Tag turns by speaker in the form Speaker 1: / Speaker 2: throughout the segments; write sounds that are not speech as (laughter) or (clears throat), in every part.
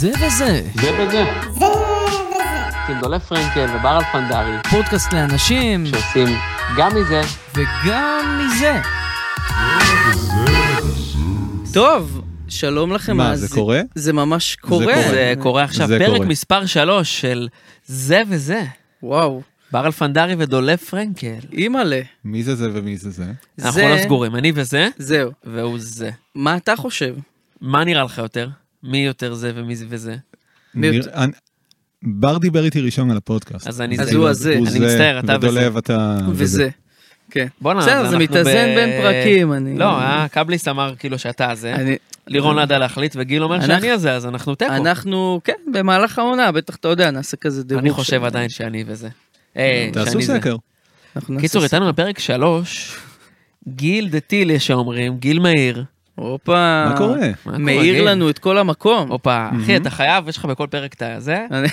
Speaker 1: זה וזה,
Speaker 2: זה וזה. עם דולף פרנקל וברל פנדרי,
Speaker 1: פודקאסט לאנשים,
Speaker 2: שעושים גם מזה,
Speaker 1: וגם מזה.
Speaker 3: טוב, שלום לכם.
Speaker 4: מה,
Speaker 3: אז-
Speaker 4: זה קורה?
Speaker 3: זה ממש קורה.
Speaker 4: קורה.
Speaker 2: זה קורה עכשיו,
Speaker 4: זה
Speaker 2: פרק
Speaker 4: קורה.
Speaker 2: מספר 3 של זה וזה,
Speaker 3: וואו,
Speaker 2: ברל פנדרי ודולף פרנקל.
Speaker 3: אימא'לה.
Speaker 4: מי זה זה ומי זה זה?
Speaker 2: אנחנו לא סגורים, אני וזה,
Speaker 3: זהו.
Speaker 2: והוא זה.
Speaker 3: מה אתה חושב?
Speaker 2: מה נראה לך יותר? מי יותר זה ומי זה וזה?
Speaker 3: מי
Speaker 4: נרא- אני- בר דיבר איתי ראשון על הפודקאסט.
Speaker 2: אז אני
Speaker 3: אז זה. הוא הזה.
Speaker 4: הוא
Speaker 2: אני
Speaker 4: זה,
Speaker 2: מצטער, אתה
Speaker 4: ודולב אתה...
Speaker 3: וזה. כן.
Speaker 2: בואנה, אז
Speaker 3: בסדר, זה
Speaker 2: אנחנו
Speaker 3: מתאזן
Speaker 2: ב-
Speaker 3: בין פרקים, אני...
Speaker 2: לא, אה, קבליס אמר כאילו שאתה זה,
Speaker 3: אני-
Speaker 2: לירון לא ידע להחליט, וגיל אומר
Speaker 3: אנחנו-
Speaker 2: שאני הזה, אז אנחנו תיקו.
Speaker 3: אנחנו, כן, במהלך העונה, בטח אתה יודע, נעשה כזה דירוג.
Speaker 2: אני חושב
Speaker 3: של-
Speaker 2: עדיין שאני וזה. אה,
Speaker 4: תעשו
Speaker 2: שאני זה.
Speaker 4: סקר.
Speaker 3: אנחנו נעשה
Speaker 2: קיצור,
Speaker 3: סקר.
Speaker 2: איתנו בפרק 3, גיל דתיל, יש שאומרים, גיל מאיר.
Speaker 3: הופה.
Speaker 4: מה קורה?
Speaker 2: מה קורה,
Speaker 3: מאיר
Speaker 2: גיל?
Speaker 3: לנו את כל המקום.
Speaker 2: הופה, אחי, אתה חייב, יש לך בכל פרק את הזה,
Speaker 3: אני-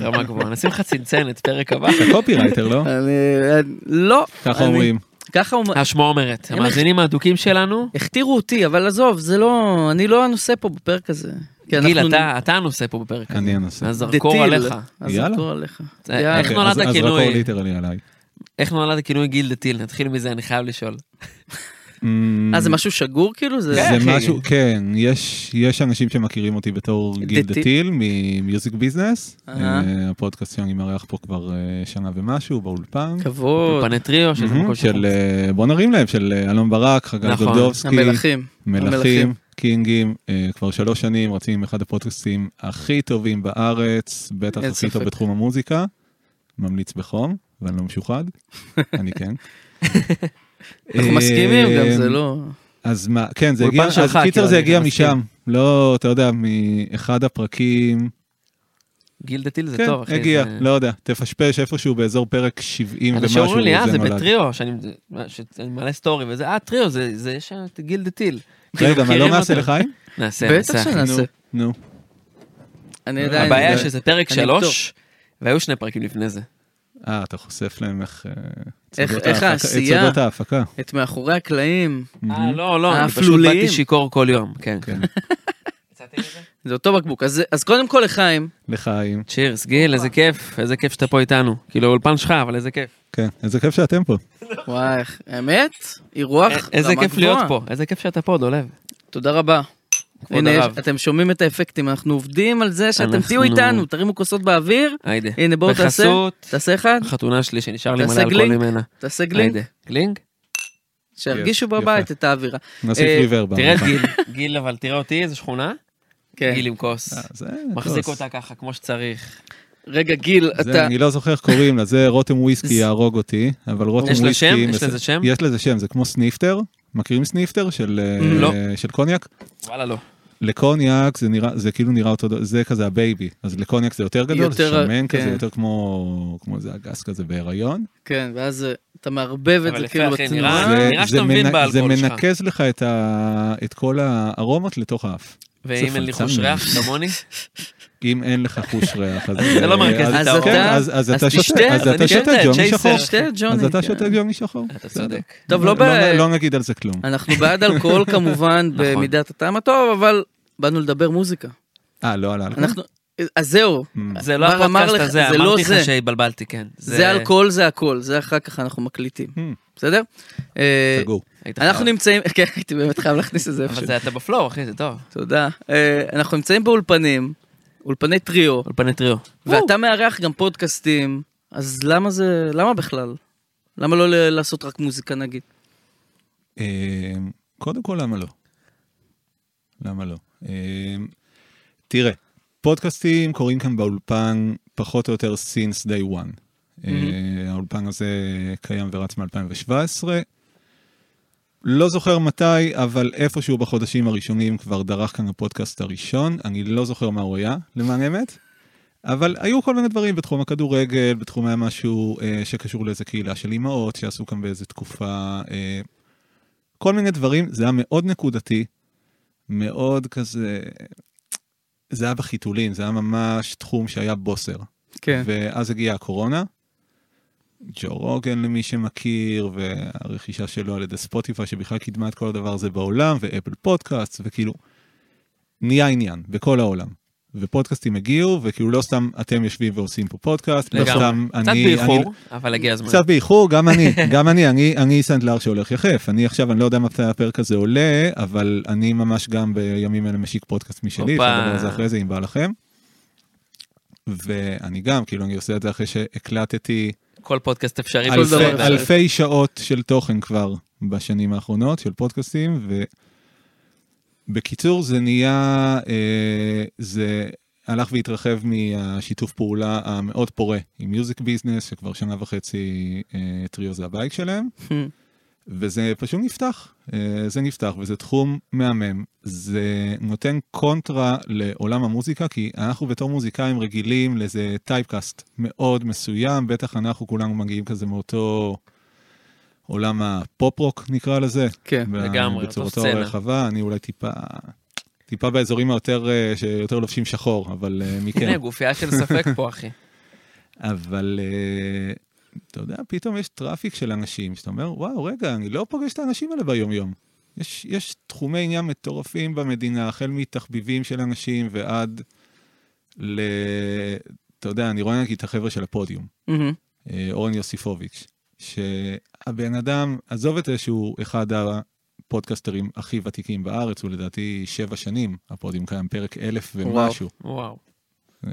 Speaker 2: רמה
Speaker 3: (laughs)
Speaker 2: גבוהה, נשים לך צנצנת, פרק הבא.
Speaker 4: אתה קופירייטר, לא?
Speaker 3: אני- לא.
Speaker 4: ככה
Speaker 3: אני-
Speaker 4: אומרים.
Speaker 3: ככה אומרים.
Speaker 2: השמועה אומרת,
Speaker 3: אין
Speaker 2: המאזינים האדוקים שלנו,
Speaker 3: הכתירו אותי, אבל עזוב, זה לא, אני לא הנושא פה בפרק הזה. כי
Speaker 2: גיל,
Speaker 3: אנחנו-
Speaker 2: אתה- אתה הנושא פה בפרק הזה.
Speaker 4: אני הנושא.
Speaker 2: אז
Speaker 3: דתיל.
Speaker 2: זרקור עליך.
Speaker 3: אז
Speaker 4: יאללה.
Speaker 3: זרקור עליך.
Speaker 2: אה,
Speaker 3: יאללה.
Speaker 2: איך
Speaker 4: אוקיי,
Speaker 2: נולד
Speaker 4: אז- אז
Speaker 2: הכינוי?
Speaker 4: רק ליטרלי עליי.
Speaker 2: איך נולד הכינוי גיל דתיל? נתחיל מזה, אני חייב לשאול.
Speaker 3: אה, זה משהו שגור כאילו? זה...
Speaker 2: כן,
Speaker 4: Mm, זה
Speaker 2: אחי.
Speaker 4: משהו, כן, יש, יש אנשים שמכירים אותי בתור גיל
Speaker 3: דתי-
Speaker 4: דתיל ממיוזיק ביזנס,
Speaker 3: אהה.
Speaker 4: אה, הפודקאסט שאני מארח פה כבר אה, שנה ומשהו באולפן,
Speaker 3: כבוד.
Speaker 2: פני טריו, שזה נכון.
Speaker 4: מהמם,
Speaker 2: מקום
Speaker 4: של, אה, בוא נרים להם, של אה, אלון ברק, חגג
Speaker 2: נכון.
Speaker 4: דודובסקי,
Speaker 3: המלכים. המלכים.
Speaker 4: מלכים, קינגים, אה, כבר שלוש שנים רצים עם אחד הפודקאסטים הכי טובים בארץ, בטח
Speaker 3: אין
Speaker 4: הכי טוב
Speaker 3: ספק.
Speaker 4: בתחום המוזיקה, ממליץ בחום, ואני לא
Speaker 2: (laughs)
Speaker 4: משוחד, אני כן.
Speaker 3: אנחנו מסכימים גם, זה
Speaker 4: אה,
Speaker 3: לא...
Speaker 4: אז מה, כן, זה
Speaker 2: אולפן
Speaker 4: הגיע,
Speaker 2: שלך,
Speaker 4: אז קיצר
Speaker 2: כאילו,
Speaker 4: זה
Speaker 2: אני
Speaker 4: הגיע
Speaker 2: מסכים.
Speaker 4: משם, לא, אתה יודע, מאחד הפרקים,
Speaker 2: גיל דתיל זה
Speaker 4: כן,
Speaker 2: טוב, אחי.
Speaker 4: הגיע,
Speaker 2: זה-
Speaker 4: לא יודע, תפשפש איפשהו באזור פרק 70
Speaker 2: אנשים
Speaker 4: ומשהו,
Speaker 2: אומרים לי, אה, זה
Speaker 4: נולד.
Speaker 2: בטריו, שאני שאני מעלה סטורי וזה, אה, טריו, זה זה- יש שם את גיל דתיל.
Speaker 4: רגע,
Speaker 2: כאילו,
Speaker 4: מה,
Speaker 2: מכירים
Speaker 4: לא נעשה
Speaker 2: אותו.
Speaker 4: לחיים?
Speaker 2: נעשה,
Speaker 3: בטח
Speaker 2: נעשה.
Speaker 3: שנעשה.
Speaker 4: נו, נו.
Speaker 3: לא, אני עדיין...
Speaker 2: אה, הבעיה היא
Speaker 4: אני-
Speaker 2: שזה פרק
Speaker 3: אני
Speaker 2: שלוש, והיו שני פרקים לפני זה.
Speaker 4: אה, אתה חושף להם איך... אה, את
Speaker 3: איך-
Speaker 4: סודות
Speaker 3: איך
Speaker 4: ההפקה-
Speaker 3: העשייה.
Speaker 4: את סודות ההפקה.
Speaker 3: את מאחורי הקלעים.
Speaker 2: אה, לא, לא, אני פשוט
Speaker 3: האפלוליים.
Speaker 2: באתי שיכור כל יום, כן.
Speaker 4: כן,
Speaker 3: זה אותו בקבוק. אז אז קודם כל לחיים.
Speaker 4: לחיים.
Speaker 2: צ'ירס, גיל, איזה כיף, איזה כיף שאתה פה איתנו. כאילו, אולפן שלך, אבל איזה כיף.
Speaker 3: לא,
Speaker 4: כן, איזה כיף שאתם פה.
Speaker 3: וואי, אמת? אירוח רמה
Speaker 2: איזה כיף להיות
Speaker 3: גבוהה.
Speaker 2: פה, איזה כיף שאתה פה, דולב.
Speaker 3: תודה רבה.
Speaker 2: כבוד
Speaker 3: הנה,
Speaker 2: הרב.
Speaker 3: יש- אתם שומעים את האפקטים, אנחנו עובדים על זה שאתם
Speaker 2: אנחנו-
Speaker 3: תהיו איתנו, תרימו כוסות באוויר.
Speaker 2: היידה.
Speaker 3: הנה, בואו תעשה.
Speaker 2: בחסות
Speaker 3: תעשה אחד,
Speaker 2: החתונה שלי שנשאר לי מלא
Speaker 3: תעשה
Speaker 2: אלכוהול
Speaker 3: גלינק.
Speaker 2: ממנה.
Speaker 3: תעשה גלינק,
Speaker 2: היידה. גלינק?
Speaker 3: שירגישו
Speaker 4: יפה.
Speaker 3: בבית את האווירה.
Speaker 4: נוסיף
Speaker 3: אה,
Speaker 4: ריבר.
Speaker 2: תראה את
Speaker 3: (laughs)
Speaker 2: גיל, גיל, אבל תראה אותי, איזה שכונה.
Speaker 3: כן.
Speaker 2: גיל עם כוס.
Speaker 4: אה, זה
Speaker 2: מחזיק
Speaker 4: טוב.
Speaker 2: אותה ככה, כמו שצריך.
Speaker 3: רגע, גיל,
Speaker 4: זה,
Speaker 3: אתה...
Speaker 4: אני לא זוכר איך קוראים לה, זה רותם וויסקי יהרוג אותי, אבל רותם
Speaker 2: יש לה
Speaker 4: וויסקי...
Speaker 2: שם? יש
Speaker 4: מס-
Speaker 2: לזה שם?
Speaker 4: יש לזה שם, זה כמו סניפטר. מכירים סניפטר של, אה,
Speaker 2: לא.
Speaker 4: של קוניאק?
Speaker 2: וואלה, לא.
Speaker 4: לקוניאק זה, נראה, זה כאילו נראה אותו, ד- זה כזה הבייבי, אז לקוניאק זה יותר גדול, זה
Speaker 3: יותר,
Speaker 4: שמן
Speaker 3: כן.
Speaker 4: כזה, יותר כמו, כמו איזה אגס כזה בהיריון.
Speaker 3: כן, ואז אה, אתה מערבב את
Speaker 2: אבל
Speaker 3: זה
Speaker 2: יפה,
Speaker 3: כאילו
Speaker 2: אחי,
Speaker 3: בתנועה.
Speaker 2: אה, נראה שאתה מבין באלכוהול
Speaker 4: זה
Speaker 2: שלך.
Speaker 4: מנקז לך את, ה, את כל הארומות לתוך האף.
Speaker 2: ואם אין לי
Speaker 4: פלצן
Speaker 2: חוש ריח
Speaker 4: ממש.
Speaker 3: (laughs)
Speaker 2: כמוני,
Speaker 4: אם אין לך חוש ריח, אז...
Speaker 2: זה לא מרכז
Speaker 4: אז-
Speaker 2: את האור.
Speaker 4: כן, אז- אז אתה
Speaker 3: תשתה,
Speaker 4: שותה, אז
Speaker 3: אני
Speaker 4: אתה
Speaker 3: כן,
Speaker 4: שותה
Speaker 2: זה
Speaker 4: ג'וני
Speaker 2: הצ'ייסר.
Speaker 4: שחור.
Speaker 3: שתה ג'וני.
Speaker 4: אז אתה
Speaker 3: כן.
Speaker 4: שותה ג'וני שחור.
Speaker 2: אתה
Speaker 4: בסדר.
Speaker 2: צודק.
Speaker 3: טוב, לא ב...
Speaker 4: לא נגיד על זה כלום.
Speaker 3: אנחנו בעד אלכוהול כמובן
Speaker 2: נכון.
Speaker 3: במידת הטעם הטוב, אבל באנו לדבר מוזיקה.
Speaker 4: אה, לא על האלכוהול? Mm,
Speaker 3: אנחנו... אז זהו,
Speaker 2: זה לא
Speaker 3: בר אמר
Speaker 2: הפודקאסט
Speaker 3: לך,
Speaker 2: הזה,
Speaker 3: זה לא
Speaker 2: אמרתי
Speaker 3: זה.
Speaker 2: לך שהתבלבלתי, כן.
Speaker 3: זה אלכוהול זה הכל, זה אחר כך אנחנו מקליטים,
Speaker 4: Hmm.
Speaker 3: בסדר? אה,
Speaker 4: סגור.
Speaker 2: היית
Speaker 3: אנחנו
Speaker 2: חייב.
Speaker 3: נמצאים, (laughs) כן, הייתי באמת חייב להכניס את זה איפשהו.
Speaker 2: אבל זה אתה בפלואו, אחי, זה טוב.
Speaker 3: תודה. אה, אנחנו נמצאים באולפנים, אולפני טריו,
Speaker 2: אולפני טריו.
Speaker 3: ואתה מארח גם פודקאסטים, אז למה זה, למה בכלל? למה לא ל- לעשות רק מוזיקה נגיד?
Speaker 4: אה, קודם כל, למה לא? למה לא? אה, תראה, פודקאסטים קורים כאן באולפן פחות או יותר since day one. אה, האולפן הזה קיים ורץ מ-2017. לא זוכר מתי, אבל איפשהו בחודשים הראשונים כבר דרך כאן הפודקאסט הראשון. אני לא זוכר מה הוא היה, למען האמת. אבל היו כל מיני דברים בתחום הכדורגל, בתחום היה משהו אה, שקשור לאיזה קהילה של אימהות שעשו כאן באיזה תקופה. אה, כל מיני דברים, זה היה מאוד נקודתי, מאוד כזה... זה היה בחיתולים, זה היה ממש תחום שהיה בוסר.
Speaker 3: כן.
Speaker 4: ואז הגיעה הקורונה, ג'ו רוגן למי שמכיר, והרכישה שלו על ידי ספוטיפיי, שבכלל קידמה את כל הדבר הזה בעולם, ואפל פודקאסט, וכאילו, נהיה עניין בכל העולם. ופודקאסטים הגיעו, וכאילו לא סתם אתם יושבים ועושים פה פודקאסט, לא
Speaker 2: לגמרי.
Speaker 4: סתם אני...
Speaker 2: קצת
Speaker 4: אני-
Speaker 2: באיחור, אבל הגיע הזמן.
Speaker 4: קצת באיחור, גם אני, (laughs) גם אני, אני, אני סנדלר שהולך יחף. אני עכשיו, אני לא יודע מתי הפרק הזה עולה, אבל אני ממש גם בימים אלה משיק פודקאסט משלי,
Speaker 2: הופה.
Speaker 4: אפשר לדבר על זה אחרי זה אם בא לכם. ואני גם, כאילו, אני עושה את זה אחרי שהקלטתי
Speaker 2: כל פודקאסט אפשרי.
Speaker 3: כל
Speaker 2: בישראל.
Speaker 4: אלפי,
Speaker 3: דבר אפשרי.
Speaker 4: אלפי שעות של תוכן כבר בשנים האחרונות, של פודקאסטים, ובקיצור, זה נהיה, אה, זה הלך והתרחב מהשיתוף פעולה המאוד פורה עם מיוזיק ביזנס, שכבר שנה וחצי אה, טריו זה הבייק שלהם. וזה פשוט נפתח, אה, זה נפתח וזה תחום מהמם, זה נותן קונטרה לעולם המוזיקה, כי אנחנו בתור מוזיקאים רגילים לאיזה טייפקאסט מאוד מסוים, בטח אנחנו כולנו מגיעים כזה מאותו עולם הפופ-רוק נקרא לזה.
Speaker 3: כן.
Speaker 4: ב-
Speaker 2: לגמרי,
Speaker 4: בצורתו
Speaker 2: אותו סצנה.
Speaker 4: הרחבה, אני אולי טיפה, טיפה באזורים היותר, אה, שיותר לובשים שחור, אבל אה,
Speaker 2: (laughs)
Speaker 4: מי כן.
Speaker 2: הנה, גופייה של ספק פה, אחי.
Speaker 4: אבל אה, אתה יודע, פתאום יש טראפיק של אנשים, שאתה אומר, וואו, רגע, אני לא פוגש את האנשים האלה ביום-יום. יש, יש תחומי עניין מטורפים במדינה, החל מתחביבים של אנשים ועד ל... אתה יודע, אני רואה נגיד את החבר'ה של הפודיום,
Speaker 3: מהמם.
Speaker 4: אה, אורן יוסיפוביץ', שהבן אדם, עזוב את זה שהוא אחד הפודקסטרים הכי ותיקים בארץ, הוא לדעתי שבע שנים, הפודיום קיים פרק אלף
Speaker 3: וואו.
Speaker 4: ומשהו.
Speaker 2: וואו.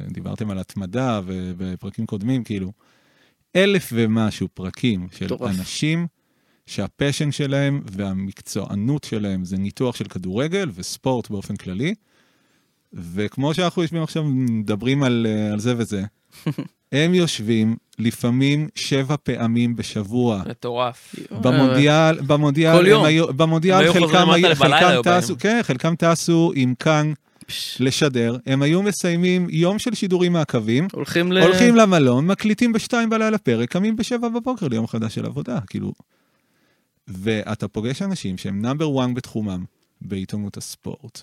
Speaker 4: דיברתם על התמדה ו- בפרקים קודמים, כאילו, אלף ומשהו פרקים של
Speaker 3: מטורף.
Speaker 4: אנשים שהפשן שלהם והמקצוענות שלהם זה ניתוח של כדורגל וספורט באופן כללי, וכמו שאנחנו יושבים עכשיו מדברים על, אה, על זה וזה, הם יושבים לפעמים שבע פעמים בשבוע.
Speaker 2: מטורף.
Speaker 4: במונדיאל, במונדיאל,
Speaker 3: כל
Speaker 4: הם
Speaker 3: יום.
Speaker 4: היו-
Speaker 2: הם
Speaker 4: במונדיאל
Speaker 2: היו
Speaker 4: חלקם,
Speaker 2: חוזרים
Speaker 4: היו-
Speaker 2: הביתה בלילה
Speaker 4: חלקם
Speaker 2: היו באים.
Speaker 4: טסו, כן, חלקם טסו עם כאן
Speaker 3: פש,
Speaker 4: לשדר, הם היו מסיימים יום של שידורים מהקווים,
Speaker 3: הולכים ל...
Speaker 4: הולכים למלון, מקליטים בשתיים בלילה פרק, קמים בשבע בבוקר ליום חדש של עבודה, כאילו. ואתה פוגש אנשים שהם נאמבר וואן בתחומם, בעיתונות הספורט,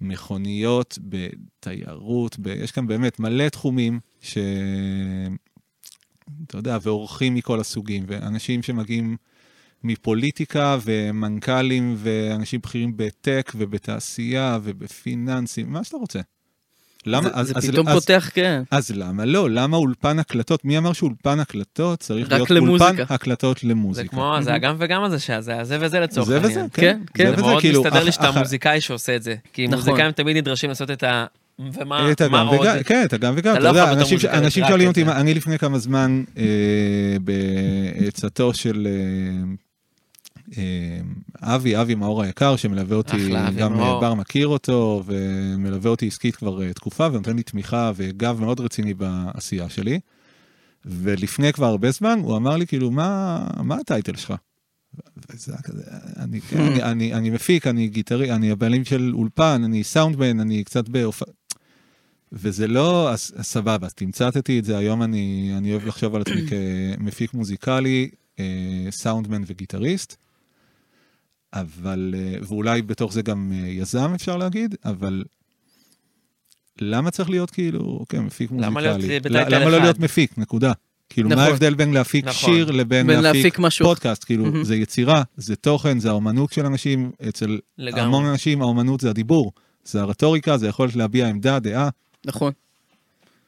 Speaker 4: במכוניות, בתיירות, ב... יש כאן באמת מלא תחומים ש... אתה יודע, ואורחים מכל הסוגים, ואנשים שמגיעים מפוליטיקה ומנכ"לים ואנשים בכירים בטק ובתעשייה ובפיננסים, מה שאתה רוצה. למה?
Speaker 3: זה- זה פתאום פותח, כן.
Speaker 4: אז למה לא? למה אולפן הקלטות? מי אמר שאולפן הקלטות צריך
Speaker 3: רק
Speaker 4: להיות
Speaker 3: למוזיקה.
Speaker 4: אולפן הקלטות
Speaker 2: זה
Speaker 4: למוזיקה?
Speaker 2: כמו, זה הגם וגם הזה, שזה הזה וזה לצורך
Speaker 4: זה
Speaker 2: העניין.
Speaker 4: וזה,
Speaker 3: כן,
Speaker 4: כן.
Speaker 3: כן.
Speaker 2: זה
Speaker 4: וזה,
Speaker 2: מאוד
Speaker 4: כאילו,
Speaker 2: מסתדר לי
Speaker 4: אח-
Speaker 2: שאתה
Speaker 4: אח-
Speaker 2: מוזיקאי שעושה את זה. כי
Speaker 3: נכון.
Speaker 2: מוזיקאים תמיד נדרשים לעשות את ה... ומה
Speaker 4: את הגם
Speaker 2: מה עוד?
Speaker 4: אה, וגם, כן, את הגם וגם,
Speaker 2: אתה
Speaker 4: אתה
Speaker 2: לא
Speaker 4: יודע,
Speaker 2: יכול בתור
Speaker 4: אנשים ש-
Speaker 2: מוזיקאי
Speaker 4: אנשים
Speaker 2: רק
Speaker 4: שואלים
Speaker 2: את
Speaker 4: אותי,
Speaker 2: זה.
Speaker 4: מה- אני לפני כמה זמן, אה, בעצתו של אה, אה, אבי, אבי מאור היקר, שמלווה אותי,
Speaker 2: אחלה, אבי
Speaker 4: גם אה,
Speaker 2: מאור.
Speaker 4: בר מכיר אותו, ומלווה אותי עסקית כבר אה, תקופה, ונותן לי תמיכה וגב מאוד רציני בעשייה שלי. ולפני כבר הרבה זמן, הוא אמר לי, כאילו, מה מה הטייטל שלך? וזה היה כזה, אני,
Speaker 2: Hmm.
Speaker 4: אני, אני, אני מפיק, אני גיטרי, אני הבעלים של אולפן, אני סאונדמן, אני קצת בהופעה. וזה לא, אז, אז סבבה, אז תמצתתי את זה, היום אני, אני אוהב לחשוב על עצמי (clears throat) כמפיק מוזיקלי, אה, סאונדמן וגיטריסט, אבל, אה, ואולי בתוך זה גם אה, יזם אפשר להגיד, אבל למה צריך להיות כאילו, אוקיי, מפיק
Speaker 2: למה
Speaker 4: מוזיקלי?
Speaker 2: להיות
Speaker 4: ל-
Speaker 2: בטייטל
Speaker 4: למה לא
Speaker 2: אחד?
Speaker 4: להיות מפיק, נקודה. כאילו, מה
Speaker 3: נכון.
Speaker 4: ההבדל בין להפיק
Speaker 2: נכון.
Speaker 4: שיר לבין
Speaker 3: בין
Speaker 4: להפיק
Speaker 3: להפיק משהו.
Speaker 4: פודקאסט, כאילו,
Speaker 3: מהמם.
Speaker 4: זה יצירה, זה תוכן, זה האומנות של אנשים. אצל
Speaker 2: לגמרי.
Speaker 4: המון אנשים האומנות זה הדיבור, זה הרטוריקה, זה היכולת להביע עמדה, דעה.
Speaker 3: נכון.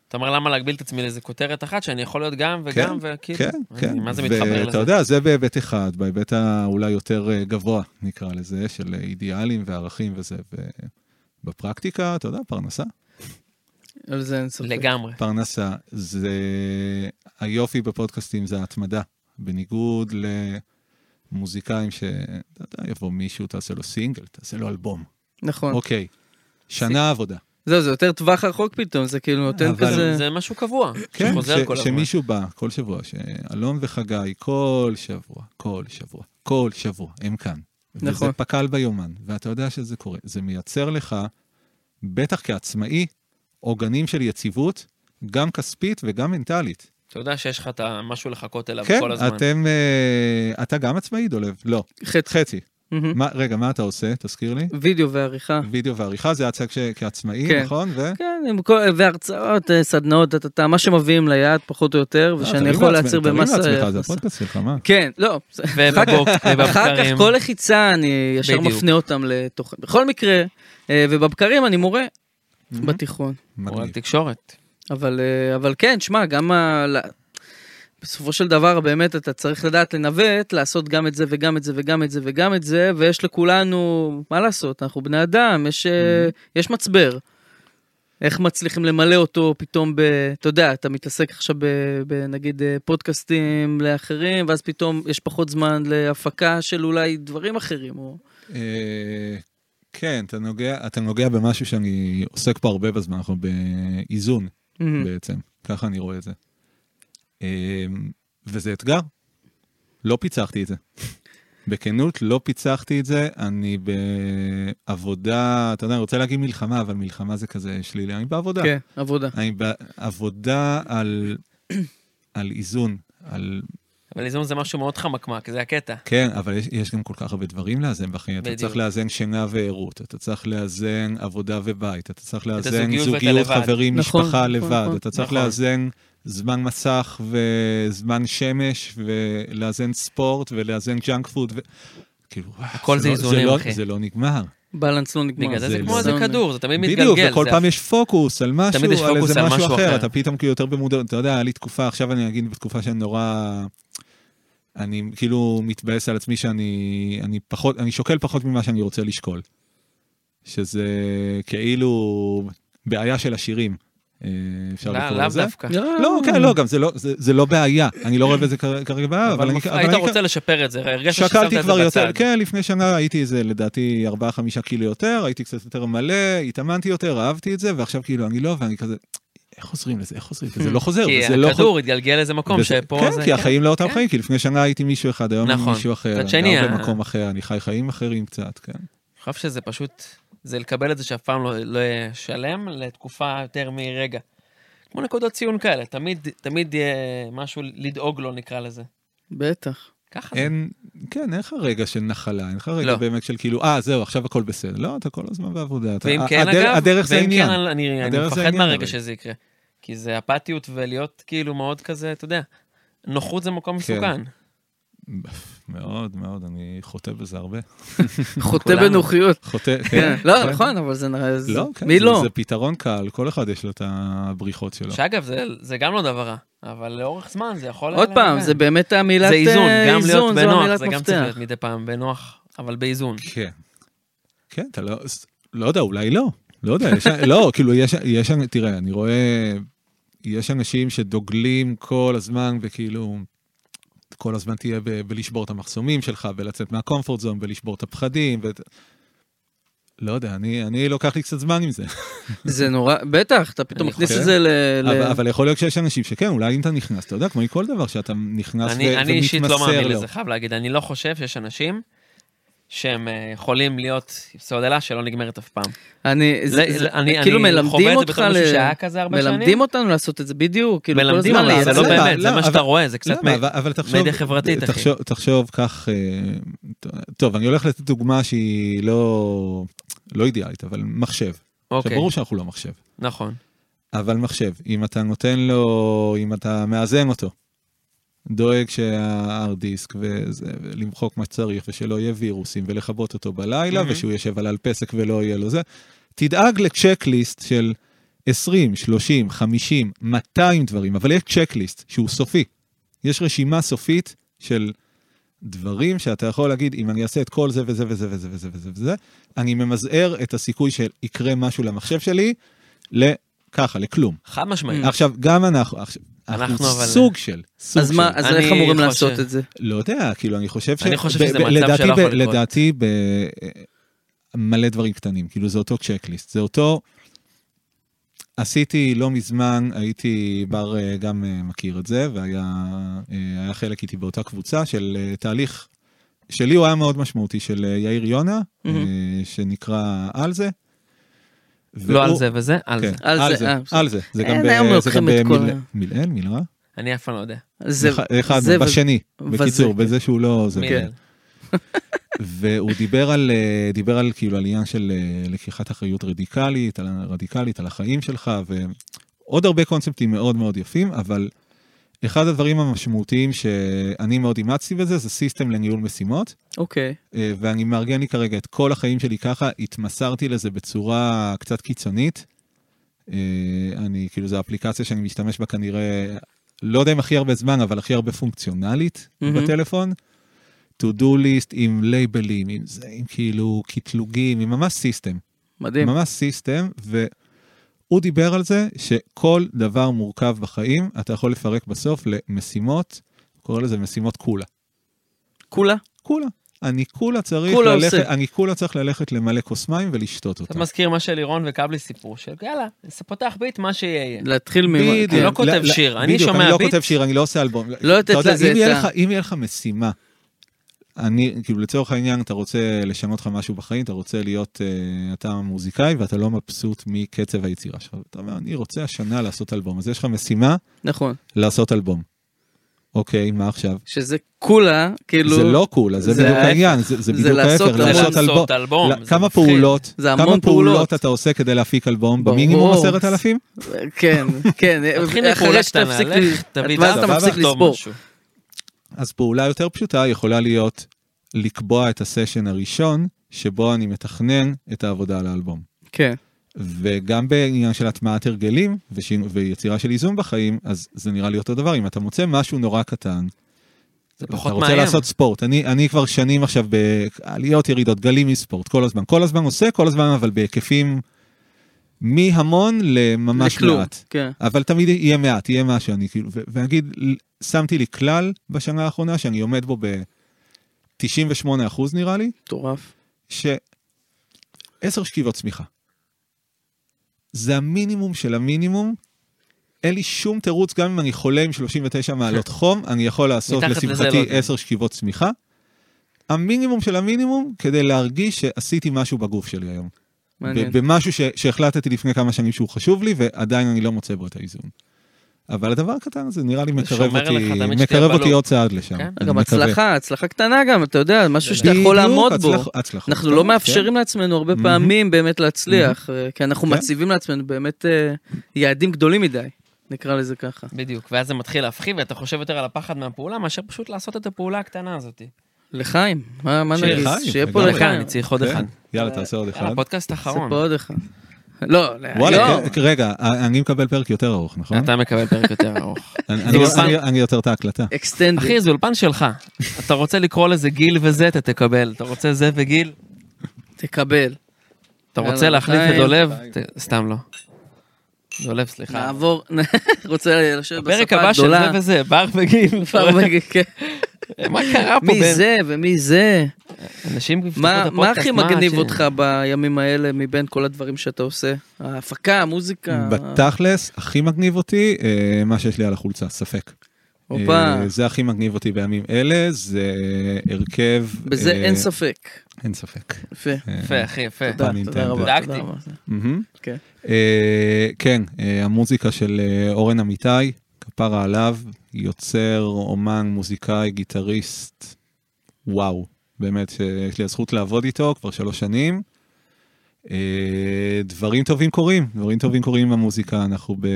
Speaker 2: אתה אומר, למה להגביל את עצמי לאיזה כותרת אחת, שאני יכול להיות גם וגם, וכאילו,
Speaker 4: כן,
Speaker 2: אני-
Speaker 4: כן.
Speaker 2: מה זה מתחבר
Speaker 4: ואתה
Speaker 2: לזה?
Speaker 4: יודע, זה בהיבט אחד, בהיבט האולי יותר אה, גבוה, נקרא לזה, של אה, אידיאלים וערכים וזה. ובפרקטיקה, אתה יודע, פרנסה.
Speaker 3: על זה אין ספק.
Speaker 2: לגמרי.
Speaker 4: פרנסה זה היופי בפודקאסטים זה ההתמדה, בניגוד למוזיקאים ש... אתה יודע, יבוא מישהו, תעשה לו סינגל, תעשה לו אלבום.
Speaker 3: נכון.
Speaker 4: אוקיי, שנה עבודה.
Speaker 3: זהו, זה יותר טווח רחוק פתאום, זה כאילו נותן
Speaker 4: אבל-
Speaker 3: כזה...
Speaker 2: זה משהו קבוע,
Speaker 4: כן,
Speaker 2: שחוזר
Speaker 4: ש-
Speaker 2: כל הזמן.
Speaker 4: שמישהו בא כל שבוע, שאלון וחגי כל שבוע, כל שבוע, כל שבוע, הם כאן.
Speaker 3: נכון.
Speaker 4: וזה פקל ביומן, ואתה יודע שזה קורה. זה מייצר לך, בטח כעצמאי, עוגנים של יציבות, גם כספית וגם מנטלית.
Speaker 2: אתה יודע שיש לך את ה- משהו לחכות אליו
Speaker 4: כן,
Speaker 2: כל הזמן.
Speaker 4: אתם, אה, אתה גם עצמאי דולב? לא.
Speaker 3: חצי.
Speaker 4: חצי.
Speaker 3: מהמם.
Speaker 4: מה- רגע, מה אתה עושה? תזכיר לי.
Speaker 3: וידאו ועריכה.
Speaker 4: וידאו ועריכה זה הצג ש- כעצמאי,
Speaker 3: כן.
Speaker 4: נכון? ו...
Speaker 3: כן, עם כל... והרצאות, אה, סדנאות, אתה- אתה- מה שמביאים ליד, פחות או
Speaker 4: אה,
Speaker 3: יותר, ושאני יכול להצהיר אה, במסה...
Speaker 4: תרים לעצמך, זה
Speaker 3: הכנסה.
Speaker 4: הפודקאסט שלך, מה?
Speaker 3: (laughs) כן, לא. זה-
Speaker 2: ובבוק-
Speaker 3: אחר
Speaker 2: ובבקרים.
Speaker 3: כך כל לחיצה אני ישר
Speaker 2: בדיוק.
Speaker 3: מפנה אותם לתוכן. בכל מקרה, אה, ובבקרים אני מורה. בתיכון.
Speaker 2: או על
Speaker 4: מגניב.
Speaker 2: תקשורת.
Speaker 3: אבל, אה, אבל כן, שמע, גם ה... ל- בסופו של דבר, באמת, אתה צריך לדעת לנווט, לעשות גם את זה וגם את זה וגם את זה וגם את זה, ויש לכולנו, מה לעשות, אנחנו בני אדם, יש,
Speaker 2: Mm-hmm.
Speaker 3: אה, יש מצבר. איך מצליחים למלא אותו פתאום ב... אתה יודע, אתה מתעסק עכשיו ב... בנגיד אה, פודקאסטים לאחרים, ואז פתאום יש פחות זמן להפקה של אולי דברים אחרים. או...
Speaker 4: אה, כן, אתה נוגע, אתה נוגע במשהו שאני עוסק בו הרבה בזמן, אנחנו באיזון
Speaker 3: Mm-hmm.
Speaker 2: Mm-hmm.
Speaker 4: בעצם, ככה אני רואה את זה. אה, וזה אתגר, לא פיצחתי את זה. בכנות, לא פיצחתי את זה, אני בעבודה, אתה יודע, אני רוצה להגיד מלחמה, אבל מלחמה זה כזה שלילי, אני בעבודה.
Speaker 3: כן, עבודה.
Speaker 4: אני בעבודה על, על איזון, על...
Speaker 2: אבל איזון זה משהו מאוד חמקמק, זה הקטע.
Speaker 4: כן, אבל יש, יש גם כל כך הרבה דברים לאזן בחיים. אתה
Speaker 2: בדיוק.
Speaker 4: צריך לאזן שינה וערות, אתה צריך לאזן עבודה ובית, אתה צריך לאזן
Speaker 2: הזוגיות ואת
Speaker 4: זוגיות,
Speaker 2: הלבד.
Speaker 4: חברים,
Speaker 3: נכון,
Speaker 4: משפחה
Speaker 3: נכון,
Speaker 4: לבד,
Speaker 3: נכון.
Speaker 4: אתה צריך
Speaker 2: נכון.
Speaker 4: לאזן זמן מסך וזמן שמש, ולאזן ספורט, ולאזן ג'אנק פוד, ו... כאילו, וואו,
Speaker 2: הכל זה
Speaker 4: לא-
Speaker 2: איזונים,
Speaker 4: לא-
Speaker 2: אחי.
Speaker 4: זה לא נגמר.
Speaker 3: בלנס לא נגמר.
Speaker 2: בגלל זה
Speaker 4: זה
Speaker 2: זה כמו איזה
Speaker 3: לגמרי.
Speaker 2: כדור, זה תמיד מתגלגל.
Speaker 4: בדיוק, וכל
Speaker 2: זה
Speaker 4: פעם יש פוקוס על משהו,
Speaker 2: תמיד יש
Speaker 4: על
Speaker 2: פוקוס
Speaker 4: איזה
Speaker 2: על
Speaker 4: משהו
Speaker 2: משהו
Speaker 4: אחר,
Speaker 2: אחר.
Speaker 4: אתה פתאום כאילו יותר במודעות, אתה יודע, היה לי תקופה, עכשיו אני אגיד בתקופה שאני נורא... אני כאילו מתבאס על עצמי שאני אני פחות, אני שוקל פחות ממה שאני רוצה לשקול. שזה כאילו בעיה של עשירים, אה, אפשר
Speaker 2: לא-
Speaker 4: לקרוא
Speaker 2: לאו
Speaker 4: לזה.
Speaker 3: אה,
Speaker 2: דווקא.
Speaker 4: לא, כן, לא, גם זה לא, זה, זה לא בעיה, אני לא רואה בזה כרגע כרגע בעיה, אבל
Speaker 2: אבל
Speaker 4: אני...
Speaker 2: מפ-
Speaker 4: אבל
Speaker 2: היית
Speaker 4: אני-
Speaker 2: רוצה לשפר את זה, הרגשת ששמת
Speaker 4: שקלתי
Speaker 2: את זה
Speaker 4: כבר יותר,
Speaker 2: בצד.
Speaker 4: כן, לפני שנה הייתי איזה, לדעתי, 4-5 קילו יותר, הייתי קצת יותר מלא, התאמנתי יותר, אהבתי את זה, ועכשיו כאילו אני לא, ואני כזה, איך חוזרים לזה, איך חוזרים לזה, לא חוזר,
Speaker 2: Hmm. כי
Speaker 4: וזה לא חוזר.
Speaker 2: הכדור התגלגל לאיזה מקום
Speaker 4: וזה-
Speaker 2: שפה זה...
Speaker 4: כן, כי החיים לא אותם
Speaker 2: כן.
Speaker 4: חיים, כי לפני שנה הייתי מישהו אחד, היום אני
Speaker 2: נכון.
Speaker 4: מישהו אחר,
Speaker 2: מצד
Speaker 4: אני
Speaker 2: שני, אה.
Speaker 4: גר
Speaker 2: ה-
Speaker 4: במקום אחר, אני חי חיים אחרים קצת, כן.
Speaker 2: אני חושב שזה פשוט, זה לקבל את זה שאף פעם לא- לא יהיה שלם לתקופה יותר מרגע. כמו נקודות ציון כאלה, תמיד תמיד יהיה משהו לדאוג לו, נקרא לזה.
Speaker 3: בטח.
Speaker 2: ככה זה.
Speaker 4: אין, כן, אין לך רגע של נחלה, אין לך רגע
Speaker 2: לא.
Speaker 4: באמת של כאילו, אה, זהו, עכשיו הכל בסדר. לא, אתה כל הזמן בעבודה. אתה-
Speaker 2: ואם
Speaker 4: ה-
Speaker 2: כן,
Speaker 4: הדר-
Speaker 2: אגב,
Speaker 4: הדרך זה
Speaker 2: ואם כן,
Speaker 4: עניין.
Speaker 2: אני- אני אני
Speaker 4: הדרך זה
Speaker 2: מפחד
Speaker 4: העניין,
Speaker 2: מהרגע
Speaker 4: אבל.
Speaker 2: שזה יקרה. כי זה אפתיות ולהיות כאילו מאוד כזה, אתה יודע, נוחות זה מקום
Speaker 4: כן.
Speaker 2: מסוכן.
Speaker 4: מאוד, מאוד, אני חוטא בזה הרבה.
Speaker 3: חוטא
Speaker 2: כולנו.
Speaker 3: בנוחיות.
Speaker 2: (laughs)
Speaker 4: חוטא, כן.
Speaker 3: כן, לא,
Speaker 4: כן.
Speaker 3: נכון, אבל זה נראה... זה-
Speaker 4: לא, כן,
Speaker 3: מי
Speaker 4: זה,
Speaker 3: לא?
Speaker 4: זה פתרון קל, כל אחד יש לו את הבריחות שלו.
Speaker 2: שאגב, זה- זה גם לא דבר רע, אבל לאורך זמן זה יכול...
Speaker 3: עוד
Speaker 2: היה
Speaker 3: פעם,
Speaker 2: להגיע.
Speaker 3: זה באמת המילת
Speaker 2: זה
Speaker 3: אה,
Speaker 2: איזון, גם להיות
Speaker 3: איזון, זו
Speaker 2: בנוח,
Speaker 3: המילת
Speaker 2: זה גם צריך
Speaker 3: מפתח.
Speaker 2: להיות מדי פעם בנוח, אבל באיזון.
Speaker 4: כן. כן, אתה לא, לא יודע, אולי לא. לא יודע, יש, לא, כאילו, יש, יש, תראה, אני רואה, יש אנשים שדוגלים כל הזמן וכאילו, כל הזמן תהיה ב, בלשבור את המחסומים שלך, בלצאת מהקומפורט זון, בלשבור את הפחדים, ואת... לא יודע, אני, אני לוקח לי קצת זמן עם זה.
Speaker 3: זה נורא, בטח, אתה פתאום
Speaker 2: אני
Speaker 3: מכניס
Speaker 4: חושב.
Speaker 3: את זה ל... ל-
Speaker 4: אבל, אבל יכול להיות שיש אנשים שכן, אולי אם אתה נכנס, אתה יודע, כמו עם כל דבר שאתה נכנס ו-
Speaker 2: אני
Speaker 4: ומתמסר
Speaker 2: אני אישית לא מאמין
Speaker 4: לו.
Speaker 2: לזה, חייב להגיד, אני לא חושב שיש אנשים שהם אה, יכולים להיות סוללה שלא נגמרת אף פעם.
Speaker 3: אני, זה-
Speaker 2: לא,
Speaker 3: זה-
Speaker 2: אני-
Speaker 3: כאילו
Speaker 2: אני חווה
Speaker 3: מלמדים
Speaker 2: את זה
Speaker 3: אותך,
Speaker 2: בתור מישהו
Speaker 3: ל-
Speaker 2: שהיה כזה הרבה
Speaker 3: מלמדים
Speaker 2: שנים.
Speaker 3: אותנו לעשות את זה בדיוק, כאילו כל
Speaker 2: מלמדים,
Speaker 3: הזמן
Speaker 2: אבל זה לא
Speaker 4: לייצר.
Speaker 2: באמת, זה
Speaker 4: לא,
Speaker 2: מה
Speaker 4: אבל-
Speaker 2: שאתה רואה, זה קצת...
Speaker 4: למה?
Speaker 2: מ-
Speaker 4: אבל, אבל תחשוב,
Speaker 2: מדיה חברתית, אחי.
Speaker 4: תחשוב, תחשוב כך, אה, ט- טוב, אני הולך לתת דוגמה שהיא לא, לא אידיאלית, אבל מחשב. עכשיו,
Speaker 2: אוקיי,
Speaker 4: ברור שאנחנו לא מחשב,
Speaker 2: נכון.
Speaker 4: אבל מחשב, אם אתה נותן לו, אם אתה מאזן אותו, דואג שההארד דיסק, וזה, ולמחוק מה שצריך, ושלא יהיה וירוסים, ולכבות אותו בלילה,
Speaker 2: מהמם.
Speaker 4: ושהוא יושב על פסק ולא יהיה לו זה, תדאג לצ'קליסט של 20, 30, 50, 200 דברים, אבל יש צ'קליסט שהוא סופי. יש רשימה סופית של דברים שאתה יכול להגיד, אם אני אעשה את כל זה וזה וזה וזה וזה וזה וזה, אני ממזער את הסיכוי שיקרה משהו למחשב שלי, לככה, לכלום.
Speaker 2: חד משמעית.
Speaker 4: עכשיו, גם אנחנו, עכשיו, אנחנו
Speaker 2: Mm. אנחנו, אבל-
Speaker 4: סוג של, סוג
Speaker 3: אז
Speaker 4: של.
Speaker 3: מה, אז
Speaker 2: אני
Speaker 3: איך אמורים
Speaker 2: חושב-
Speaker 3: לעשות את זה?
Speaker 4: לא יודע, כאילו, אני חושב ש...
Speaker 2: אני חושב
Speaker 4: ב-
Speaker 2: שזה
Speaker 4: ב-
Speaker 2: מצב
Speaker 4: לדעתי
Speaker 2: שלא
Speaker 4: ב-
Speaker 2: יכול לקרות.
Speaker 4: לדעתי, ב... מלא דברים קטנים, כאילו, זה אותו צ'קליסט, זה אותו... עשיתי לא מזמן, הייתי, בר אה, גם אה, מכיר את זה, והיה אה, היה חלק איתי באותה קבוצה של אה, תהליך, שלי הוא היה
Speaker 2: Mm-hmm.
Speaker 4: מאוד משמעותי, של אה, יאיר יונה, אה,
Speaker 3: מהמם.
Speaker 4: שנקרא על זה.
Speaker 2: לא על
Speaker 4: והוא-
Speaker 2: זה וזה, על זה.
Speaker 4: כן, על זה,
Speaker 3: אה,
Speaker 4: על זה. זה גם
Speaker 3: אין,
Speaker 4: ב-
Speaker 3: היום
Speaker 4: זה
Speaker 3: לוקחים
Speaker 4: גם
Speaker 3: את כל
Speaker 4: במיל-
Speaker 3: ה-
Speaker 4: מילאל, מילרע?
Speaker 2: אני אף פעם לא יודע.
Speaker 3: זה-
Speaker 4: אה? אחד- אחד
Speaker 3: זה וזה.
Speaker 4: בשני,
Speaker 3: וזה.
Speaker 4: בקיצור, בזה שהוא לא... זה,
Speaker 2: מי
Speaker 4: כן.
Speaker 2: יודע.
Speaker 4: והוא דיבר על, אה, דיבר על כאילו על עניין של אה, לקיחת אחריות רדיקלית, על, ה- רדיקלית, על החיים שלך, ועוד הרבה קונספטים מאוד מאוד יפים, אבל אחד הדברים המשמעותיים שאני מאוד אימצתי בזה, זה סיסטם לניהול משימות,
Speaker 3: אוקיי,
Speaker 4: אה, ואני מארגן לי כרגע את כל החיים שלי ככה, התמסרתי לזה בצורה קצת קיצונית. אה, אני, כאילו, זו אפליקציה שאני משתמש בה כנראה, לא יודע אם הכי הרבה זמן, אבל הכי הרבה פונקציונלית
Speaker 3: מהמם.
Speaker 4: בטלפון. to do list עם לייבלים, עם זה, עם כאילו קטלוגים, עם ממש סיסטם.
Speaker 3: מדהים.
Speaker 4: ממש סיסטם, והוא דיבר על זה שכל דבר מורכב בחיים, אתה יכול לפרק בסוף למשימות, הוא קורא לזה משימות קולה.
Speaker 3: כולה?
Speaker 4: קולה. אני כולה צריך
Speaker 3: קולה
Speaker 4: ללכת,
Speaker 3: עושה.
Speaker 4: אני כולה צריך ללכת למלא כוס מים ולשתות
Speaker 2: קצת
Speaker 4: אותה.
Speaker 2: מזכיר מה שלירון וכבלי סיפור, של יאללה, זה פותח ביט, מה שיהיה יהיה.
Speaker 3: להתחיל מ...
Speaker 4: בדיוק.
Speaker 2: אני לא כותב
Speaker 4: ל- ל-
Speaker 2: שיר, אני
Speaker 4: בדיוק,
Speaker 2: שומע
Speaker 4: אני לא
Speaker 2: ביט.
Speaker 4: כותב שיר, אני לא עושה אלבום.
Speaker 3: לא
Speaker 4: אתה
Speaker 3: לתת
Speaker 4: יודע,
Speaker 3: לזה
Speaker 4: אם יהיה
Speaker 3: את ה-
Speaker 4: לך- אם יהיה לך משימה, אני, כאילו לצורך העניין, אתה רוצה לשנות לך משהו בחיים, אתה רוצה להיות, אה, אתה מוזיקאי ואתה לא מבסוט מקצב היצירה שלך. אתה אומר, אני רוצה השנה לעשות אלבום, אז יש לך משימה
Speaker 3: נכון.
Speaker 4: לעשות אלבום. אוקיי, מה עכשיו?
Speaker 3: שזה כולה, כאילו...
Speaker 4: זה לא קולה, זה
Speaker 3: זה
Speaker 4: בדיוק
Speaker 3: ההפך.
Speaker 4: העניין, זה זה
Speaker 3: זה
Speaker 4: בדיוק
Speaker 3: לעשות
Speaker 4: ההפך,
Speaker 3: אלבום.
Speaker 4: לעשות אלבום.
Speaker 2: אלבום.
Speaker 4: ל-
Speaker 2: זה
Speaker 4: לא, כמה
Speaker 2: מפחיד.
Speaker 4: פעולות,
Speaker 3: זה
Speaker 4: כמה
Speaker 3: המון פעולות.
Speaker 4: פעולות אתה עושה כדי להפיק אלבום?
Speaker 3: ברור.
Speaker 4: במינימום עשרת אלפים?
Speaker 3: כן,
Speaker 2: (laughs)
Speaker 3: כן.
Speaker 2: תתחיל מפעולה
Speaker 3: אחרי
Speaker 2: קטנה,
Speaker 3: שתפסיק
Speaker 2: לך,
Speaker 3: ל-
Speaker 2: תביא
Speaker 3: ואז
Speaker 2: דף,
Speaker 3: אתה מפסיק
Speaker 2: תכתוב
Speaker 3: לספור.
Speaker 2: משהו.
Speaker 4: אז פעולה יותר פשוטה יכולה להיות לקבוע את הסשן הראשון שבו אני מתכנן את העבודה על האלבום.
Speaker 3: כן.
Speaker 4: וגם בעניין של הטמעת הרגלים ושינו- ויצירה של איזון בחיים, אז זה נראה לי אותו דבר. אם אתה מוצא משהו נורא קטן,
Speaker 2: זה
Speaker 4: אתה
Speaker 2: פחות
Speaker 4: רוצה
Speaker 2: מאיים.
Speaker 4: לעשות ספורט. אני, אני כבר שנים עכשיו בעליות, ירידות, גלים מספורט, כל הזמן. כל הזמן עושה, כל הזמן, אבל בהיקפים מהמון לממש
Speaker 3: לכלום.
Speaker 4: מעט.
Speaker 3: כן.
Speaker 4: אבל תמיד יהיה מעט, יהיה משהו, אני כאילו, ו- ונגיד, ל- שמתי לי כלל בשנה האחרונה, שאני עומד בו ב-98 אחוז נראה לי,
Speaker 3: מטורף.
Speaker 4: ש-10 שכיבות צמיחה. זה המינימום של המינימום. אין לי שום תירוץ, גם אם אני חולה עם 39 מעלות חום, אני יכול לעשות
Speaker 2: מתחת לזה
Speaker 4: לשמחתי
Speaker 2: לא.
Speaker 4: 10 שכיבות צמיחה. המינימום של המינימום, כדי להרגיש שעשיתי משהו בגוף שלי היום.
Speaker 3: מעניין.
Speaker 4: ב- במשהו ש- שהחלטתי לפני כמה שנים שהוא חשוב לי, ועדיין אני לא מוצא בו את האיזון. אבל הדבר הקטן הזה נראה לי מקרב
Speaker 2: שומר
Speaker 4: אותי,
Speaker 2: לך תמיד שתהיה
Speaker 4: מקרב אותי
Speaker 2: בלופ.
Speaker 4: עוד צעד לשם.
Speaker 2: כן.
Speaker 4: אני
Speaker 3: גם
Speaker 4: מקווה.
Speaker 3: הצלחה, הצלחה קטנה גם, אתה יודע, משהו שאתה יכול
Speaker 4: בדיוק,
Speaker 3: לעמוד בו.
Speaker 4: הצלח- הצלחות
Speaker 3: אנחנו
Speaker 4: קטנות,
Speaker 3: לא
Speaker 4: כן.
Speaker 3: מאפשרים לעצמנו הרבה
Speaker 4: מהמם.
Speaker 3: פעמים באמת להצליח, אה, כי אנחנו
Speaker 4: כן.
Speaker 3: מציבים לעצמנו באמת אה, יעדים גדולים מדי, נקרא לזה ככה.
Speaker 2: בדיוק, ואז זה מתחיל להפחיד, ואתה חושב יותר על הפחד מהפעולה, מאשר פשוט לעשות את הפעולה הקטנה הזאת.
Speaker 3: לחיים, מה מה
Speaker 4: שיהיה
Speaker 3: נגיד?
Speaker 4: חיים,
Speaker 3: שיהיה פה
Speaker 4: לגמרי.
Speaker 2: דקה,
Speaker 3: לחיים.
Speaker 2: אני צריך עוד
Speaker 4: כן.
Speaker 2: אחד.
Speaker 4: יאללה, תעשה עוד אחד.
Speaker 2: יאללה, פודקאסט
Speaker 3: נעשה
Speaker 2: אחרון.
Speaker 3: פה עוד אחד. לא,
Speaker 4: וואלה,
Speaker 3: לא,
Speaker 4: כן, רגע, אני מקבל פרק יותר ארוך, נכון?
Speaker 2: אתה מקבל פרק יותר
Speaker 4: (laughs)
Speaker 2: ארוך.
Speaker 4: אני-
Speaker 2: זה
Speaker 4: אני-
Speaker 2: אולפן.
Speaker 4: אני- אני עוצר את ההקלטה.
Speaker 3: אקסטנדד.
Speaker 2: אחי, זה אולפן שלך. אתה רוצה לקרוא לזה גיל וזה, אתה תקבל. אתה רוצה זה וגיל,
Speaker 3: תקבל.
Speaker 2: אתה רוצה
Speaker 3: יאללה,
Speaker 2: להחליף את
Speaker 3: לחיים.
Speaker 2: דולב, ת- סתם לא. דולב, סליחה.
Speaker 3: נעבור, (laughs) רוצה לשבת
Speaker 2: הפרק
Speaker 3: בספה
Speaker 2: הבא של
Speaker 3: הגדולה.
Speaker 2: זה וזה, בר
Speaker 3: (laughs)
Speaker 2: וגיל.
Speaker 3: כן.
Speaker 2: (laughs) מה קרה פה?
Speaker 3: מי
Speaker 2: בין-
Speaker 3: זה ומי זה?
Speaker 2: אנשים יפתחו את
Speaker 3: מה
Speaker 2: הפודקאסט.
Speaker 3: מה הכי מגניב
Speaker 2: ש-
Speaker 3: אותך בימים האלה מבין כל הדברים שאתה עושה? ההפקה, המוזיקה?
Speaker 4: בתכלס, הכי מגניב אותי, אה, מה שיש לי על החולצה, ספק.
Speaker 3: הופה,
Speaker 4: אה, זה הכי מגניב אותי בימים אלה, זה הרכב...
Speaker 3: בזה
Speaker 4: אה,
Speaker 3: אין ספק.
Speaker 4: אין ספק.
Speaker 3: יפה,
Speaker 4: אה,
Speaker 2: יפה, אחי, יפה.
Speaker 3: תודה,
Speaker 4: פעמים
Speaker 3: תודה
Speaker 4: תן,
Speaker 3: רבה.
Speaker 2: דאגתי.
Speaker 3: תודה רבה.
Speaker 4: מהמם.
Speaker 3: כן.
Speaker 4: אה, כן, אה, המוזיקה של אה, אורן אמיתי, כפרה עליו, יוצר, אומן, מוזיקאי, גיטריסט, וואו, באמת, שיש לי הזכות לעבוד איתו כבר שלוש שנים. אה, דברים טובים קורים, דברים טובים קורים במוזיקה, אנחנו ב...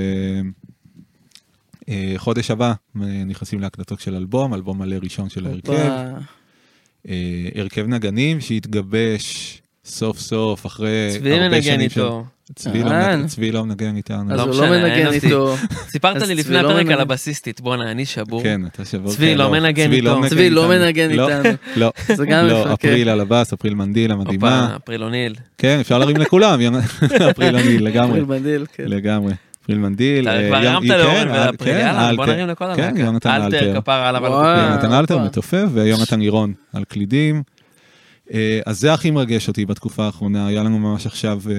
Speaker 4: אה, חודש הבא אה, נכנסים להקלטות של אלבום, אלבום מלא ראשון של ההרכב.
Speaker 3: הופה,
Speaker 4: אה, הרכב נגנים שהתגבש סוף סוף אחרי
Speaker 2: צבי
Speaker 4: אה, הרבה
Speaker 2: מנגן
Speaker 4: שנים של...
Speaker 2: איתו.
Speaker 4: צבי לא
Speaker 3: אה.
Speaker 4: מנגן- צבי לא מנגן איתנו.
Speaker 3: אז
Speaker 2: לא
Speaker 3: הוא
Speaker 2: משנה,
Speaker 3: לא
Speaker 2: אין
Speaker 3: מנגן
Speaker 2: אותי.
Speaker 3: איתו. (laughs)
Speaker 2: סיפרת
Speaker 3: אז
Speaker 2: לי
Speaker 3: צבי
Speaker 2: לפני
Speaker 3: לא
Speaker 2: הפרק
Speaker 3: מנגן.
Speaker 2: על הבסיסטית, בואנה, אני שבור.
Speaker 4: כן, אתה שבור.
Speaker 2: צבי
Speaker 4: כן,
Speaker 2: לא מנגן
Speaker 4: צבי
Speaker 2: איתו.
Speaker 4: מנגן
Speaker 3: צבי לא
Speaker 4: איתנו.
Speaker 3: מנגן
Speaker 4: לא,
Speaker 3: איתנו.
Speaker 4: (laughs)
Speaker 2: (laughs)
Speaker 4: לא,
Speaker 3: זה גם
Speaker 4: לא,
Speaker 3: מפקד.
Speaker 4: אפריל על הבאס, אפריל מנדיל המדהימה.
Speaker 2: כן. הופה, אפרילוניל.
Speaker 4: כן, אפשר להרים לכולם, יאללה, (laughs) אפריל מנדיל, לגמרי,
Speaker 3: אפריל מנדיל, כן.
Speaker 4: לגמרי. אפריל מנדיל.
Speaker 2: אתה
Speaker 4: אה,
Speaker 2: כבר
Speaker 4: ים-
Speaker 2: הרמת
Speaker 4: כן,
Speaker 2: לאורן
Speaker 4: אה,
Speaker 2: באפריל,
Speaker 4: כן,
Speaker 2: יאללה, בוא
Speaker 4: אלתר.
Speaker 2: נרים אה, לכל
Speaker 4: כן,
Speaker 2: הלהקה.
Speaker 4: יונתן אלתר.
Speaker 2: כפרה עליו על
Speaker 3: וואי.
Speaker 2: הכפיים.
Speaker 4: יונתן אלתר
Speaker 3: וואו.
Speaker 4: מתופף ויונתן לירון על קלידים. אה, אז זה הכי מרגש אותי בתקופה האחרונה, היה לנו ממש עכשיו, אה,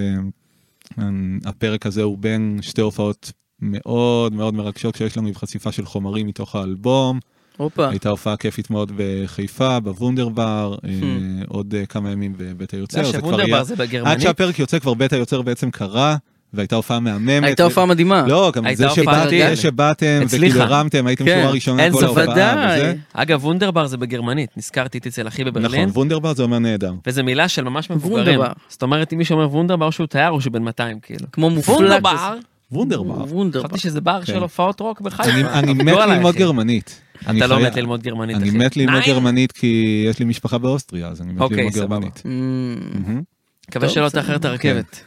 Speaker 4: הפרק הזה הוא בין שתי הופעות מאוד מאוד מרגשות שיש לנו עם חשיפה של חומרים מתוך האלבום.
Speaker 3: הופה,
Speaker 4: הייתה הופעה כיפית מאוד בחיפה, בוונדרבר, אה,
Speaker 3: Hmm.
Speaker 4: עוד אה, כמה ימים בבית
Speaker 2: אתה
Speaker 4: היוצר,
Speaker 2: יודע
Speaker 4: זה כבר היה. אה,
Speaker 2: שוונדרבר זה
Speaker 4: עד
Speaker 2: בגרמנית?
Speaker 4: שהפרק יוצא כבר בית היוצר בעצם קרה, והייתה הופעה מהממת.
Speaker 3: הייתה
Speaker 4: ו-
Speaker 3: הופעה מדהימה.
Speaker 4: לא, גם
Speaker 2: הייתה
Speaker 4: זה
Speaker 2: הופעה
Speaker 4: שבאתם,
Speaker 2: אורגנית.
Speaker 4: זה שבאתם,
Speaker 2: הצליחה.
Speaker 4: וכאילו הרמתם, הייתם
Speaker 3: כן,
Speaker 4: שורה ראשונה
Speaker 2: אין
Speaker 4: כל
Speaker 2: ספק.
Speaker 4: ההופעה. וזה.
Speaker 3: ודאי.
Speaker 2: אגב, וונדרבר זה בגרמנית, נזכרתי איתי אצל אחי
Speaker 4: נכון,
Speaker 2: בברלין,
Speaker 4: וונדרבר זה אומר נהדר.
Speaker 2: וזו מילה של ממש מבוגרים.
Speaker 3: וונדרבר.
Speaker 2: זאת אומרת, אם מישהו אומר וונדרבר, או שהוא תייר או שהוא בן 200, כאילו.
Speaker 3: כמו מופלג.
Speaker 2: וונדרבר,
Speaker 4: וונדרבר.
Speaker 3: וונדרבר.
Speaker 2: חשבתי שזה בר
Speaker 4: כן.
Speaker 2: של הופעות רוק בחיפה.
Speaker 4: אני
Speaker 2: (laughs)
Speaker 4: אני
Speaker 2: עבדו
Speaker 4: מת
Speaker 2: עליי,
Speaker 4: ללמוד
Speaker 2: אחי.
Speaker 4: גרמנית.
Speaker 2: אתה לא מת ללמוד גרמנית, אחי.
Speaker 4: אני מת ללמוד
Speaker 2: ניין.
Speaker 4: גרמנית כי יש לי משפחה באוסטריה, אז אני מת
Speaker 2: אוקיי,
Speaker 4: ללמוד
Speaker 2: סבבה.
Speaker 4: גרמנית.
Speaker 3: Mm,
Speaker 4: מהמם.
Speaker 2: מקווה
Speaker 3: טוב,
Speaker 2: שלא
Speaker 4: כן,
Speaker 3: בסדר.
Speaker 2: תאחר את הרכבת.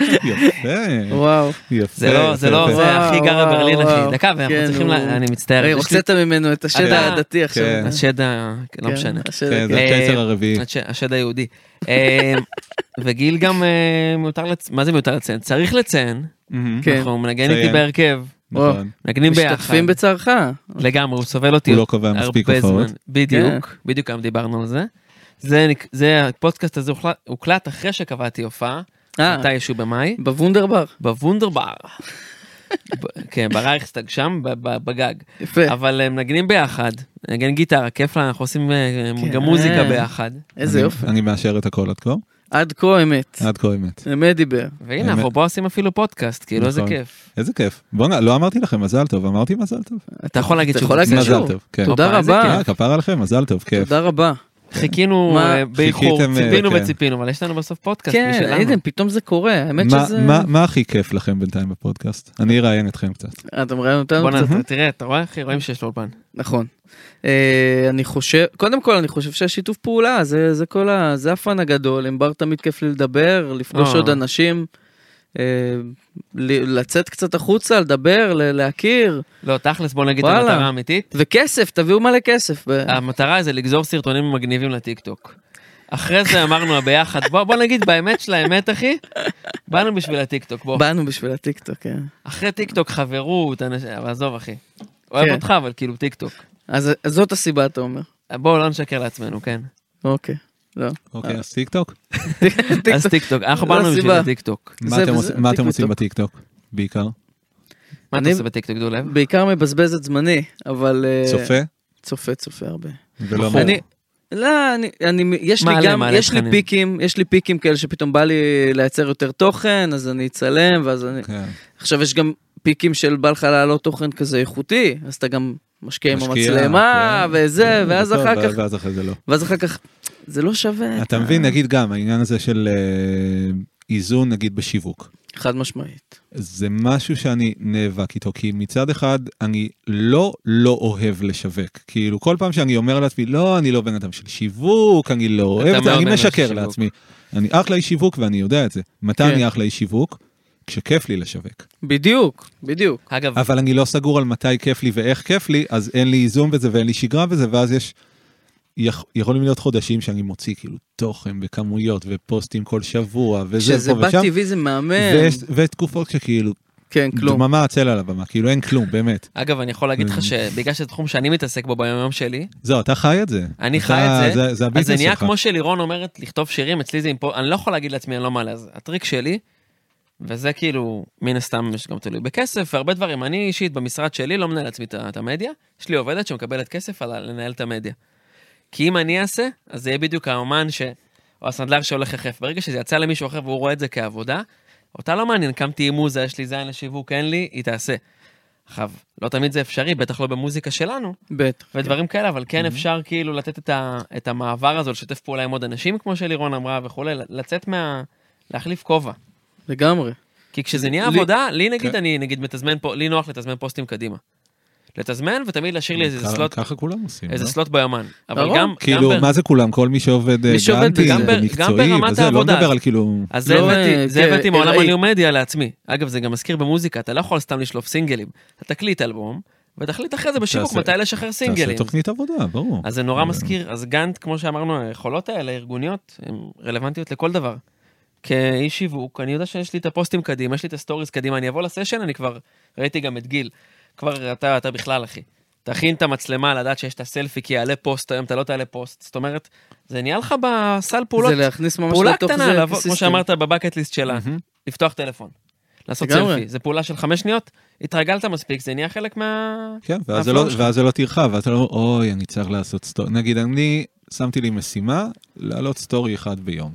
Speaker 4: יפה,
Speaker 3: וואו.
Speaker 4: יפה.
Speaker 2: זה לא, זה לא,
Speaker 4: יפה.
Speaker 2: זה הכי גרה
Speaker 3: וואו,
Speaker 2: ברלין
Speaker 3: וואו.
Speaker 2: אחי. דקה, ואנחנו
Speaker 3: כן,
Speaker 2: צריכים,
Speaker 3: הוא-
Speaker 2: לה- אני מצטער.
Speaker 3: הרי
Speaker 2: יש לי-
Speaker 3: הוצאת ממנו את השד
Speaker 2: אתה-
Speaker 3: הדתי עכשיו.
Speaker 4: כן.
Speaker 2: השד, ה- לא
Speaker 3: כן,
Speaker 2: משנה.
Speaker 3: השד
Speaker 4: כן,
Speaker 3: הדתי.
Speaker 4: זה
Speaker 2: אה,
Speaker 4: הפסר הרביעי.
Speaker 2: הש- השד היהודי. אה, (laughs) וגיל גם אה, מיותר, לצ- מה זה מיותר לציין? צריך לציין,
Speaker 4: מהמם.
Speaker 3: כן.
Speaker 2: אנחנו מנגן איתי
Speaker 4: ציין.
Speaker 2: בהרכב,
Speaker 4: נכון.
Speaker 2: מנגנים ביחד.
Speaker 3: משתתפים בצערך.
Speaker 2: לגמרי, הוא סובל אותי
Speaker 4: הוא לא קובע מספיק
Speaker 2: הרבה
Speaker 4: הופעות.
Speaker 2: זמן.
Speaker 3: כן.
Speaker 2: בדיוק, בדיוק היום דיברנו על זה. זה, נק- זה, הפודקאסט הזה הוחלט- הוקלט אחרי שקבעתי הופעה,
Speaker 3: אה,
Speaker 2: מתישהו במאי,
Speaker 3: בוונדרבר.
Speaker 2: בוונדרבר. ב- כן, ברייכסטאג שם, ב- ב- בגג.
Speaker 3: יפה.
Speaker 2: אבל אה, מנגנים ביחד, מנגן גיטרה, כיף לנו, אנחנו עושים אה,
Speaker 3: כן.
Speaker 2: גם מוזיקה ביחד.
Speaker 3: איזה
Speaker 4: אני- אה,
Speaker 3: יופי.
Speaker 4: אני מאשר את הכל עד כה,
Speaker 3: עד כה אמת.
Speaker 4: עד כה אמת.
Speaker 3: אמת דיבר.
Speaker 2: והנה,
Speaker 4: באמת.
Speaker 2: אנחנו פה עושים אפילו פודקאסט, כאילו, איזה
Speaker 4: נכון.
Speaker 2: כיף.
Speaker 4: איזה כיף. בוא'נה, לא אמרתי לכם מזל טוב, אמרתי מזל טוב.
Speaker 2: אתה יכול להגיד
Speaker 3: אתה
Speaker 2: שוב,
Speaker 3: יכול להגיד
Speaker 4: מזל
Speaker 3: שוב.
Speaker 4: טוב, כן.
Speaker 3: תודה
Speaker 2: הופה, איזה
Speaker 3: רבה.
Speaker 4: אה, כפר עליכם, מזל טוב, כיף.
Speaker 3: תודה רבה.
Speaker 2: חיכינו
Speaker 3: מה-
Speaker 2: אה, באיחור,
Speaker 4: חיכיתם, אה,
Speaker 2: ציפינו
Speaker 4: כן.
Speaker 2: וציפינו, אבל יש לנו בסוף פודקאסט
Speaker 3: כן,
Speaker 2: משלנו.
Speaker 3: הייתם, פתאום זה קורה. האמת
Speaker 4: מה-
Speaker 3: שזה...
Speaker 4: מה- מה הכי כיף לכם בינתיים בפודקאסט? אני אראיין אתכם קצת.
Speaker 3: אה, אתה מראיין אותנו
Speaker 2: בוא
Speaker 3: קצת?
Speaker 2: נ... תראה, אתה רואה אחי? רואים שיש לו אולפן.
Speaker 3: נכון. אה, אני חושב, קודם כל אני חושב שהשיתוף פעולה זה, זה כל ה... זה הפאן הגדול, עם בר תמיד כיף לי לדבר, לפגוש
Speaker 2: אה.
Speaker 3: עוד אנשים, אה, ל- לצאת קצת החוצה, לדבר, ל- להכיר,
Speaker 2: לא, תכלס, בוא נגיד את
Speaker 3: וואלה.
Speaker 2: המטרה האמיתית.
Speaker 3: וכסף, תביאו מלא כסף. ב-
Speaker 2: המטרה זה לגזור סרטונים מגניבים לטיקטוק. אחרי זה אמרנו הביחד, בוא, בוא נגיד באמת של האמת, אחי, באנו בשביל הטיקטוק, בוא.
Speaker 3: באנו בשביל הטיקטוק, כן.
Speaker 2: אחרי טיקטוק חברות, אנש... אבל עזוב, אחי. אוהב
Speaker 3: כן.
Speaker 2: אותך, אבל כאילו טיקטוק.
Speaker 3: אז אז זאת הסיבה, אתה אומר.
Speaker 2: בואו לא נשקר לעצמנו, כן.
Speaker 3: אוקיי. לא.
Speaker 4: אוקיי, אז טיקטוק?
Speaker 2: אז טיקטוק, אנחנו
Speaker 3: לא
Speaker 2: באנו בשביל
Speaker 3: הסיבה.
Speaker 2: הטיקטוק.
Speaker 4: מה
Speaker 3: זה
Speaker 4: אתם
Speaker 3: וזה,
Speaker 4: עושים- מה אתם
Speaker 3: טיקטוק.
Speaker 4: עושים בטיקטוק? בעיקר?
Speaker 2: מה אתה
Speaker 3: אני-
Speaker 2: עושה בטיקטוק, דולב?
Speaker 3: בעיקר מבזבז את זמני, אבל... אה,
Speaker 4: צופה?
Speaker 3: צופה, צופה הרבה.
Speaker 4: ולא
Speaker 2: בחור.
Speaker 4: מור.
Speaker 3: אני,
Speaker 4: כן.
Speaker 3: לא, אני, אני, יש לי
Speaker 2: מעלה,
Speaker 3: גם,
Speaker 2: מעלה
Speaker 3: יש לי
Speaker 2: תכנים.
Speaker 3: פיקים, יש לי פיקים כאלה שפתאום בא לי לייצר יותר תוכן, אז אני אצלם, ואז אני...
Speaker 4: כן.
Speaker 3: עכשיו יש גם פיקים של בא לך להעלות תוכן כזה איכותי, אז אתה גם משקיע כן, עם
Speaker 4: משקיע,
Speaker 3: המצלמה,
Speaker 4: כן.
Speaker 3: וזה,
Speaker 4: כן,
Speaker 3: ואז
Speaker 4: טוב,
Speaker 3: אחר כך,
Speaker 4: ואז אחרי זה לא.
Speaker 3: ואז אחר כך, זה לא שווה.
Speaker 4: אתה מבין, אה? נגיד גם, העניין הזה של אה, איזון, נגיד, בשיווק.
Speaker 3: חד משמעית.
Speaker 4: זה משהו שאני נאבק איתו, כי מצד אחד, אני לא לא אוהב לשווק. כאילו, כל פעם שאני אומר לעצמי, לא, אני לא בן אדם של שיווק, אני לא אוהב את
Speaker 2: מאוד
Speaker 4: זה, אני
Speaker 2: בן אדם של
Speaker 4: משקר
Speaker 2: שיווק.
Speaker 4: לעצמי. אני אחלה איש שיווק ואני יודע את זה. מתי
Speaker 3: כן. אוקיי.
Speaker 4: אני אחלה איש שיווק? כשכיף לי לשווק.
Speaker 3: בדיוק, בדיוק.
Speaker 2: אגב,
Speaker 4: אבל אני לא סגור על מתי כיף לי ואיך כיף לי, אז אין לי איזון בזה ואין לי שגרה בזה, ואז יש... יכ- יכולים להיות חודשים שאני מוציא כאילו תוכן בכמויות ופוסטים כל שבוע וזה
Speaker 3: שזה
Speaker 4: פה
Speaker 3: בא
Speaker 4: ושם,
Speaker 3: טבעי כן. זה מהמם.
Speaker 4: ויש- ותקופות שכאילו
Speaker 3: כן, כלום.
Speaker 4: דממה עצל על הבמה, כאילו אין כלום, באמת.
Speaker 2: אגב, אני יכול
Speaker 3: אה.
Speaker 2: להגיד לך שבגלל שזה תחום שאני מתעסק בו ביום-יום שלי,
Speaker 4: זהו, אתה חי את זה.
Speaker 2: אני
Speaker 4: כן. אתה-
Speaker 2: חי את זה,
Speaker 4: זה
Speaker 2: אז זה
Speaker 4: הביזנס
Speaker 2: נהיה
Speaker 4: שלך.
Speaker 2: כמו שלירון אומרת, לכתוב שירים, אצלי זה אימפו... אני לא יכול להגיד לעצמי, אני לא מעלה, אז הטריק שלי, וזה כאילו, מן הסתם, יש גם תלוי בכסף, והרבה דברים. אני אישית, במשרד שלי, לא מנהל לעצמי את ה- את המדיה, יש לי עובדת שמקבלת כסף על ה- לנהל את המדיה. כי אם אני אעשה, אז זה יהיה בדיוק האומן ש... או הסנדלר שהולך יחף. ברגע שזה יצא למישהו אחר והוא רואה את זה כעבודה, אותה לא מעניין, קמתי עם מוזה, יש לי זין לשיווק, אין לי, היא תעשה. עכשיו, לא תמיד זה אפשרי, בטח לא במוזיקה שלנו,
Speaker 3: בטח.
Speaker 2: ודברים כאלה, אבל כן אפשר כאילו לתת את, ה, את המעבר הזה, לשתף פעולה עם עוד אנשים, כמו שלירון אמרה וכולי, ל- לצאת מה... להחליף כובע.
Speaker 3: לגמרי.
Speaker 2: כי כשזה נהיה
Speaker 3: לי-
Speaker 2: עבודה, לי נגיד, אני נגיד מתזמן פה, לי נוח לתזמן פוסטים קדימה. לתזמן ותמיד להשאיר לי איזה
Speaker 4: ככה-
Speaker 2: סלוט,
Speaker 4: ככה כולם עושים.
Speaker 2: איזה
Speaker 4: לא?
Speaker 2: סלוט ביומן. אבל
Speaker 3: ברור.
Speaker 2: גם,
Speaker 4: כאילו,
Speaker 2: גם ב-
Speaker 4: מה זה כולם? כל מי שעובד אה,
Speaker 3: מי שעובד
Speaker 4: גאנטי
Speaker 3: בזה. גם ב-
Speaker 2: גם
Speaker 4: ומקצועי,
Speaker 2: ברמת
Speaker 4: וזה, לא
Speaker 2: העבודה.
Speaker 4: מדבר על כאילו...
Speaker 2: אז זה
Speaker 3: לא, אה,
Speaker 2: הבאתי, זה
Speaker 3: כן,
Speaker 2: הבאתי מעולם
Speaker 3: ארעי.
Speaker 2: הניומדיה לעצמי. אגב, זה גם מזכיר במוזיקה, אתה לא יכול סתם לשלוף סינגלים. אתה תקליט אלבום, ותחליט אחרי זה בשיווק
Speaker 4: תעשה-
Speaker 2: מתי לשחרר
Speaker 4: תעשה
Speaker 2: סינגלים.
Speaker 4: תוכנית עבודה, ברור.
Speaker 2: אז זה
Speaker 3: אה.
Speaker 2: נורא מזכיר, אז גאנט, כמו שאמרנו, היכולות האלה, הארגוניות, הן רלוונטיות לכל דבר. כאיש שיווק, אני יודע שיש לי את הפוסטים קדימה, יש לי את הסטוריז קדימה, אני אבוא לסשן, אני כבר, ראיתי גם את גיל, כבר אתה, אתה בכלל, אחי. תכין את המצלמה לדעת שיש את הסלפי, כי יעלה פוסט היום, אתה לא תעלה פוסט. זאת אומרת, זה נהיה לך בסל פעולות,
Speaker 3: זה להכניס ממש
Speaker 2: פעולה
Speaker 3: לתוך זה.
Speaker 2: קטנה, לבוא,
Speaker 3: אקוסיסטם.
Speaker 2: כמו שאמרת בבקט ליסט שלה,
Speaker 4: מהמם.
Speaker 2: לפתוח טלפון. לעשות
Speaker 3: לגמרי.
Speaker 2: סלפי, זו פעולה של חמש שניות, התרגלת מספיק, זה נהיה חלק מה...
Speaker 4: כן, ואז זה
Speaker 2: הפלואו
Speaker 4: לא-
Speaker 2: שלך.
Speaker 4: ואז זה לא טרחה, ואז אתה לא אומר, אוי, אני צריך לעשות סטורי. נגיד, אני שמתי לי משימה להעלות סטורי אחד ביום.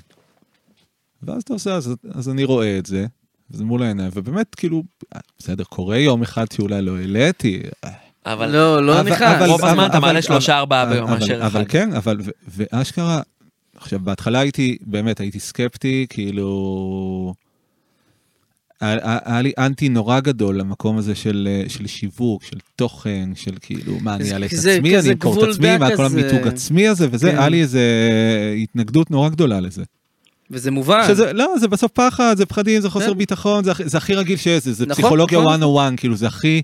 Speaker 4: ואז אתה עושה, אז- אז אני רואה את זה, זה מול העיניים, ובאמת, כאילו, אה, בסדר, קורה יום אחד שאולי לא העליתי, אה,
Speaker 2: אבל
Speaker 3: לא, לא
Speaker 4: אבל-
Speaker 3: נכנס.
Speaker 4: אבל-
Speaker 2: רוב הזמן אתה
Speaker 4: אבל-
Speaker 2: מעלה
Speaker 4: אבל-
Speaker 2: שלושה ארבעה
Speaker 4: אבל-
Speaker 2: ביום מאשר
Speaker 4: אבל
Speaker 2: אחד.
Speaker 4: כן, אבל, ו- ואשכרה, עכשיו, בהתחלה הייתי, באמת, הייתי סקפטי, כאילו... היה- היה היה לי אנטי נורא גדול למקום הזה של, אה, של שיווק, של תוכן, של כאילו, מה, אני
Speaker 3: זה-
Speaker 4: אעלה את
Speaker 3: זה
Speaker 4: עצמי,
Speaker 3: כזה
Speaker 4: אני אמכור
Speaker 3: גבול
Speaker 4: את עצמי,
Speaker 3: דק
Speaker 4: מה, כל
Speaker 3: כזה.
Speaker 4: המיתוג עצמי הזה, וזה,
Speaker 3: כן.
Speaker 4: היה לי איזה התנגדות נורא אה, גדולה לזה.
Speaker 3: וזה מובן.
Speaker 4: שזה, לא, זה בסוף פחד, זה פחדים, זה חוסר
Speaker 3: אה. כן.
Speaker 4: ביטחון, זה, הכי- זה הכי רגיל שיש, זה, זה
Speaker 3: נכון,
Speaker 4: פסיכולוגיה
Speaker 3: נכון.
Speaker 4: 101, כאילו זה הכי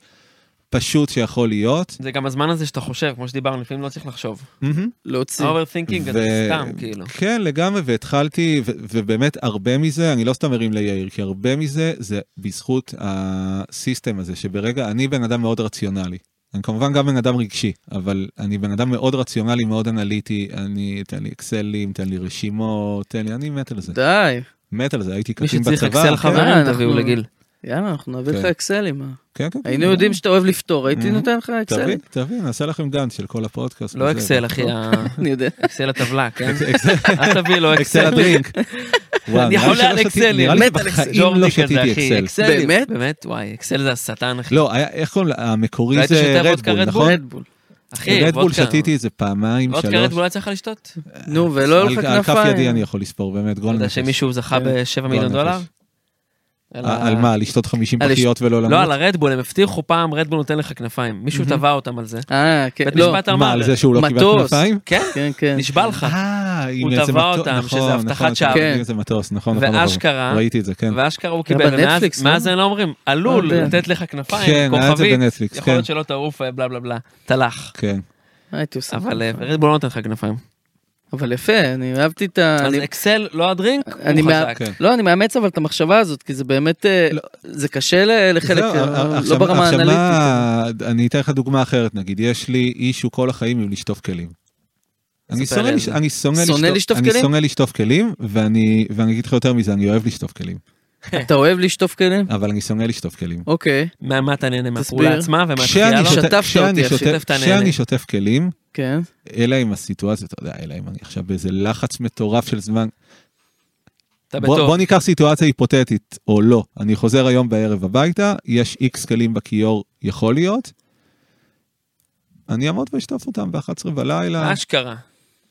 Speaker 4: פשוט שיכול להיות.
Speaker 2: זה גם הזמן הזה שאתה חושב, כמו שדיברנו, לפעמים לא צריך לחשוב.
Speaker 4: מהמם.
Speaker 3: להוציא.
Speaker 2: overthinking
Speaker 4: כן. ו-
Speaker 2: זה סתם, כאילו.
Speaker 4: כן, לגמרי, והתחלתי, ו- ובאמת הרבה מזה, אני לא סתם מרים ליאיר, כי הרבה מזה זה בזכות הסיסטם הזה, שברגע, אני בן אדם מאוד רציונלי. אני כמובן גם בן אדם רגשי, אבל אני בן אדם מאוד רציונלי, מאוד אנליטי, אני, תן לי אקסלים, תן לי רשימות, תן לי, אני מת על זה.
Speaker 3: די.
Speaker 4: מת על זה, הייתי
Speaker 2: מי
Speaker 4: קצין בצבא.
Speaker 2: שצריך אקסל
Speaker 4: כן,
Speaker 3: אה,
Speaker 2: חברים,
Speaker 3: אנחנו-
Speaker 2: תביאו לגיל.
Speaker 3: יאללה, אנחנו נביא
Speaker 4: כן.
Speaker 3: לך אקסלים. אה.
Speaker 4: כן, כן. כן,
Speaker 3: היינו
Speaker 4: כן.
Speaker 3: יודעים שאתה אוהב לפתור, הייתי
Speaker 4: Mhm.
Speaker 3: נותן לך
Speaker 4: תביא,
Speaker 3: אקסלים.
Speaker 4: תביא, נעשה לכם גאנט של כל הפודקאסט.
Speaker 2: לא
Speaker 4: וזה,
Speaker 2: אקסל, אחי,
Speaker 3: אני יודע.
Speaker 2: אקסל הטבלה,
Speaker 4: (laughs)
Speaker 2: כן?
Speaker 4: אקסל-
Speaker 2: אל תביא לו
Speaker 4: אקסל
Speaker 2: לא אקסל.
Speaker 4: הדרינק.
Speaker 2: (laughs)
Speaker 4: וואו,
Speaker 2: אני
Speaker 4: נראה לי
Speaker 2: חולה
Speaker 4: שלא
Speaker 2: על
Speaker 4: שתי-
Speaker 2: אקסלים,
Speaker 4: נראה לי
Speaker 2: מת על
Speaker 4: שבחיים
Speaker 2: ג'ורדי
Speaker 4: לא
Speaker 2: כזה, אחי,
Speaker 4: שתיתי אקסל.
Speaker 2: אקסלים.
Speaker 3: באמת?
Speaker 2: באמת? וואי, אקסל זה השטן, אחי. לא
Speaker 4: לא, היה- איך קוראים לה? המקורי
Speaker 2: ראית
Speaker 4: זה
Speaker 2: שותה וודקה
Speaker 4: רדבול,
Speaker 2: רדבול?
Speaker 4: נכון?
Speaker 3: רדבול.
Speaker 2: אחי,
Speaker 4: רדבול
Speaker 2: וודקה.
Speaker 4: שתיתי איזה פעמיים, שלוש.
Speaker 2: וודקה רדבול היה צריך לשתות?
Speaker 3: נו, ולא
Speaker 4: אה, על-
Speaker 3: היה לך
Speaker 4: על כף
Speaker 3: כנפיים.
Speaker 4: ידי אני יכול לספור, באמת, גול
Speaker 2: אתה יודע
Speaker 4: נפש.
Speaker 2: שמישהו זכה
Speaker 3: כן.
Speaker 2: ב-7
Speaker 4: גועל
Speaker 2: מיליון דולר?
Speaker 4: נפש.
Speaker 2: אלא-
Speaker 4: על על מה? לשתות 50
Speaker 3: אה, לש-
Speaker 4: פחיות ולא
Speaker 2: לא, על
Speaker 4: למות?
Speaker 2: הרדבול, הם הבטיחו פעם, רדבול נותן לך כנפיים. מישהו
Speaker 4: מהמם.
Speaker 2: תבע אותם על זה.
Speaker 3: אה, כן,
Speaker 2: בית
Speaker 3: לא.
Speaker 2: משפט אמר,
Speaker 4: מה, על זה שהוא לא קיבל
Speaker 3: מטוס.
Speaker 4: כנפיים?
Speaker 2: כן,
Speaker 3: כן, כן.
Speaker 2: נשבע לך.
Speaker 4: אה, עם
Speaker 2: הוא
Speaker 4: איזה
Speaker 2: תבע
Speaker 4: מטוס,
Speaker 2: אותם,
Speaker 4: נכון,
Speaker 2: שזה
Speaker 4: נכון,
Speaker 2: הבטחת
Speaker 4: נכון,
Speaker 3: שווא.
Speaker 4: איזה מטוס, נכון, נכון, נכון.
Speaker 2: ואשכרה,
Speaker 4: ראיתי את זה, כן.
Speaker 2: ואשכרה הוא
Speaker 3: היה
Speaker 2: קיבל, ומאז
Speaker 3: בנטפליקס,
Speaker 2: מאז
Speaker 3: לא?
Speaker 2: הם לא אומרים, עלול
Speaker 3: לא יודע.
Speaker 2: לתת לך כנפיים,
Speaker 4: כן, היה את זה
Speaker 2: כוכבית,
Speaker 4: בנטפליקס,
Speaker 2: יכול
Speaker 4: כן.
Speaker 2: להיות שלא תעוף, אה, בלה בלה בלה, תלך.
Speaker 4: כן.
Speaker 3: הייתי עושה.
Speaker 2: אבל אה, רדבול לא נותן לך כנפיים.
Speaker 3: אבל יפה, אני אהבתי את ה...
Speaker 2: אז
Speaker 3: אני-
Speaker 2: אקסל, לא הדרינק,
Speaker 3: אני
Speaker 2: הוא
Speaker 3: מה-
Speaker 2: חזק.
Speaker 4: כן. לא.
Speaker 3: לא, אני מאמץ אבל את המחשבה הזאת, כי זה באמת, אה, זה קשה ל- לחלק,
Speaker 4: זהו,
Speaker 3: אה,
Speaker 4: אה,
Speaker 3: לא
Speaker 4: עכשיו-
Speaker 3: ברמה
Speaker 4: עכשיו
Speaker 3: האנליטית.
Speaker 4: מה- אני אתן לך דוגמה אחרת, נגיד, יש לי אישו כל החיים עם לשטוף כלים. אני
Speaker 2: ספר
Speaker 4: שונא
Speaker 2: לי על
Speaker 4: לש-
Speaker 2: זה.
Speaker 4: אני שונא
Speaker 3: שונא לשטוף
Speaker 4: אני
Speaker 3: כלים?
Speaker 4: שונא לשטוף כלים, ואני ואני אגיד לך יותר מזה, אני אוהב לשטוף כלים,
Speaker 3: אתה אוהב לשטוף כלים?
Speaker 4: אבל אני שונא לשטוף כלים.
Speaker 3: אוקיי,
Speaker 2: מה מה אתה נהנה
Speaker 3: תסביר.
Speaker 2: מהפעולה עצמה ומה
Speaker 4: כשאני
Speaker 2: התחייה לו?
Speaker 4: שותה-
Speaker 3: שטפת
Speaker 4: כשאני
Speaker 3: אותי, אחי.
Speaker 4: שותה-
Speaker 2: שטפת, נהנה.
Speaker 4: כשאני שוטף כלים,
Speaker 3: כן.
Speaker 4: אלא אם הסיטואציה, אתה יודע, אלא אם אני עכשיו באיזה לחץ מטורף של זמן.
Speaker 2: אתה
Speaker 4: בוא בוא
Speaker 2: בטוב.
Speaker 4: ניקח סיטואציה היפותטית, או לא. אני חוזר היום בערב הביתה, יש איקס כלים בכיור, יכול להיות. אני אעמוד ואשטוף אותם ב-11 בלילה.
Speaker 2: אשכרה.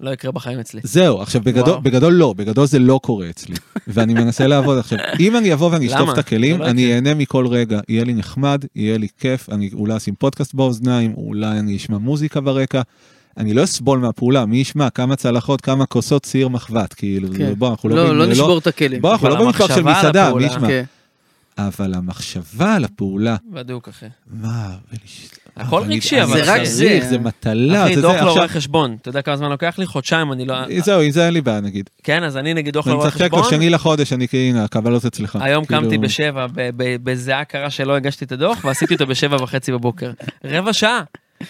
Speaker 2: לא יקרה בחיים אצלי.
Speaker 4: זהו, עכשיו בגדול,
Speaker 2: וואו.
Speaker 4: בגדול לא, בגדול זה לא
Speaker 2: (laughs)
Speaker 4: קורה אצלי, ואני מנסה לעבוד עכשיו. אם אני אבוא ואני אשטוף
Speaker 2: למה?
Speaker 4: את הכלים,
Speaker 2: זה לא
Speaker 4: אני
Speaker 2: יקרה.
Speaker 4: אהנה מכל רגע, יהיה לי נחמד, יהיה לי כיף, אני אולי אשים פודקאסט באוזניים, אולי אני אשמע מוזיקה ברקע. אני לא אסבול מהפעולה, מי ישמע כמה צלחות, כמה כוסות, ציר מחבת, כאילו,
Speaker 3: כן.
Speaker 4: בוא, אנחנו לא...
Speaker 3: לא,
Speaker 4: ב-
Speaker 3: לא נשבור את הכלים.
Speaker 4: בוא, אנחנו
Speaker 2: אבל
Speaker 4: לא במטבח של
Speaker 2: המחשבה על
Speaker 4: מסעדה, מי
Speaker 2: הפעולה-
Speaker 4: ישמע.
Speaker 3: כן.
Speaker 4: אבל המחשבה על הפעולה,
Speaker 2: בדיוק, אחי.
Speaker 4: מה, ולש-
Speaker 2: הכל
Speaker 4: אני-
Speaker 2: רגשי, אבל
Speaker 4: אני
Speaker 3: זה רק זה.
Speaker 4: צריך, זה מטלה,
Speaker 2: אחי,
Speaker 4: זה
Speaker 2: דוח לא
Speaker 4: זה, לא, עכשיו... אה,
Speaker 2: לרואה חשבון. אתה יודע כמה זמן לוקח לי? חודשיים, אני לא...
Speaker 4: זהו, עם זה אין לי בעיה נגיד.
Speaker 2: כן, אז אני נגיד דוח
Speaker 4: אני
Speaker 2: לרואה
Speaker 4: צריך
Speaker 2: חשבון.
Speaker 4: לשחק לו שני לחודש, אני כאילו, הנה, הקבלות אצלך.
Speaker 2: היום
Speaker 4: כאילו-
Speaker 2: קמתי בשבע, ב- ב- בזיעה קרה שלא הגשתי את הדוח, ועשיתי אותו בשבע וחצי בבוקר. רבע שעה,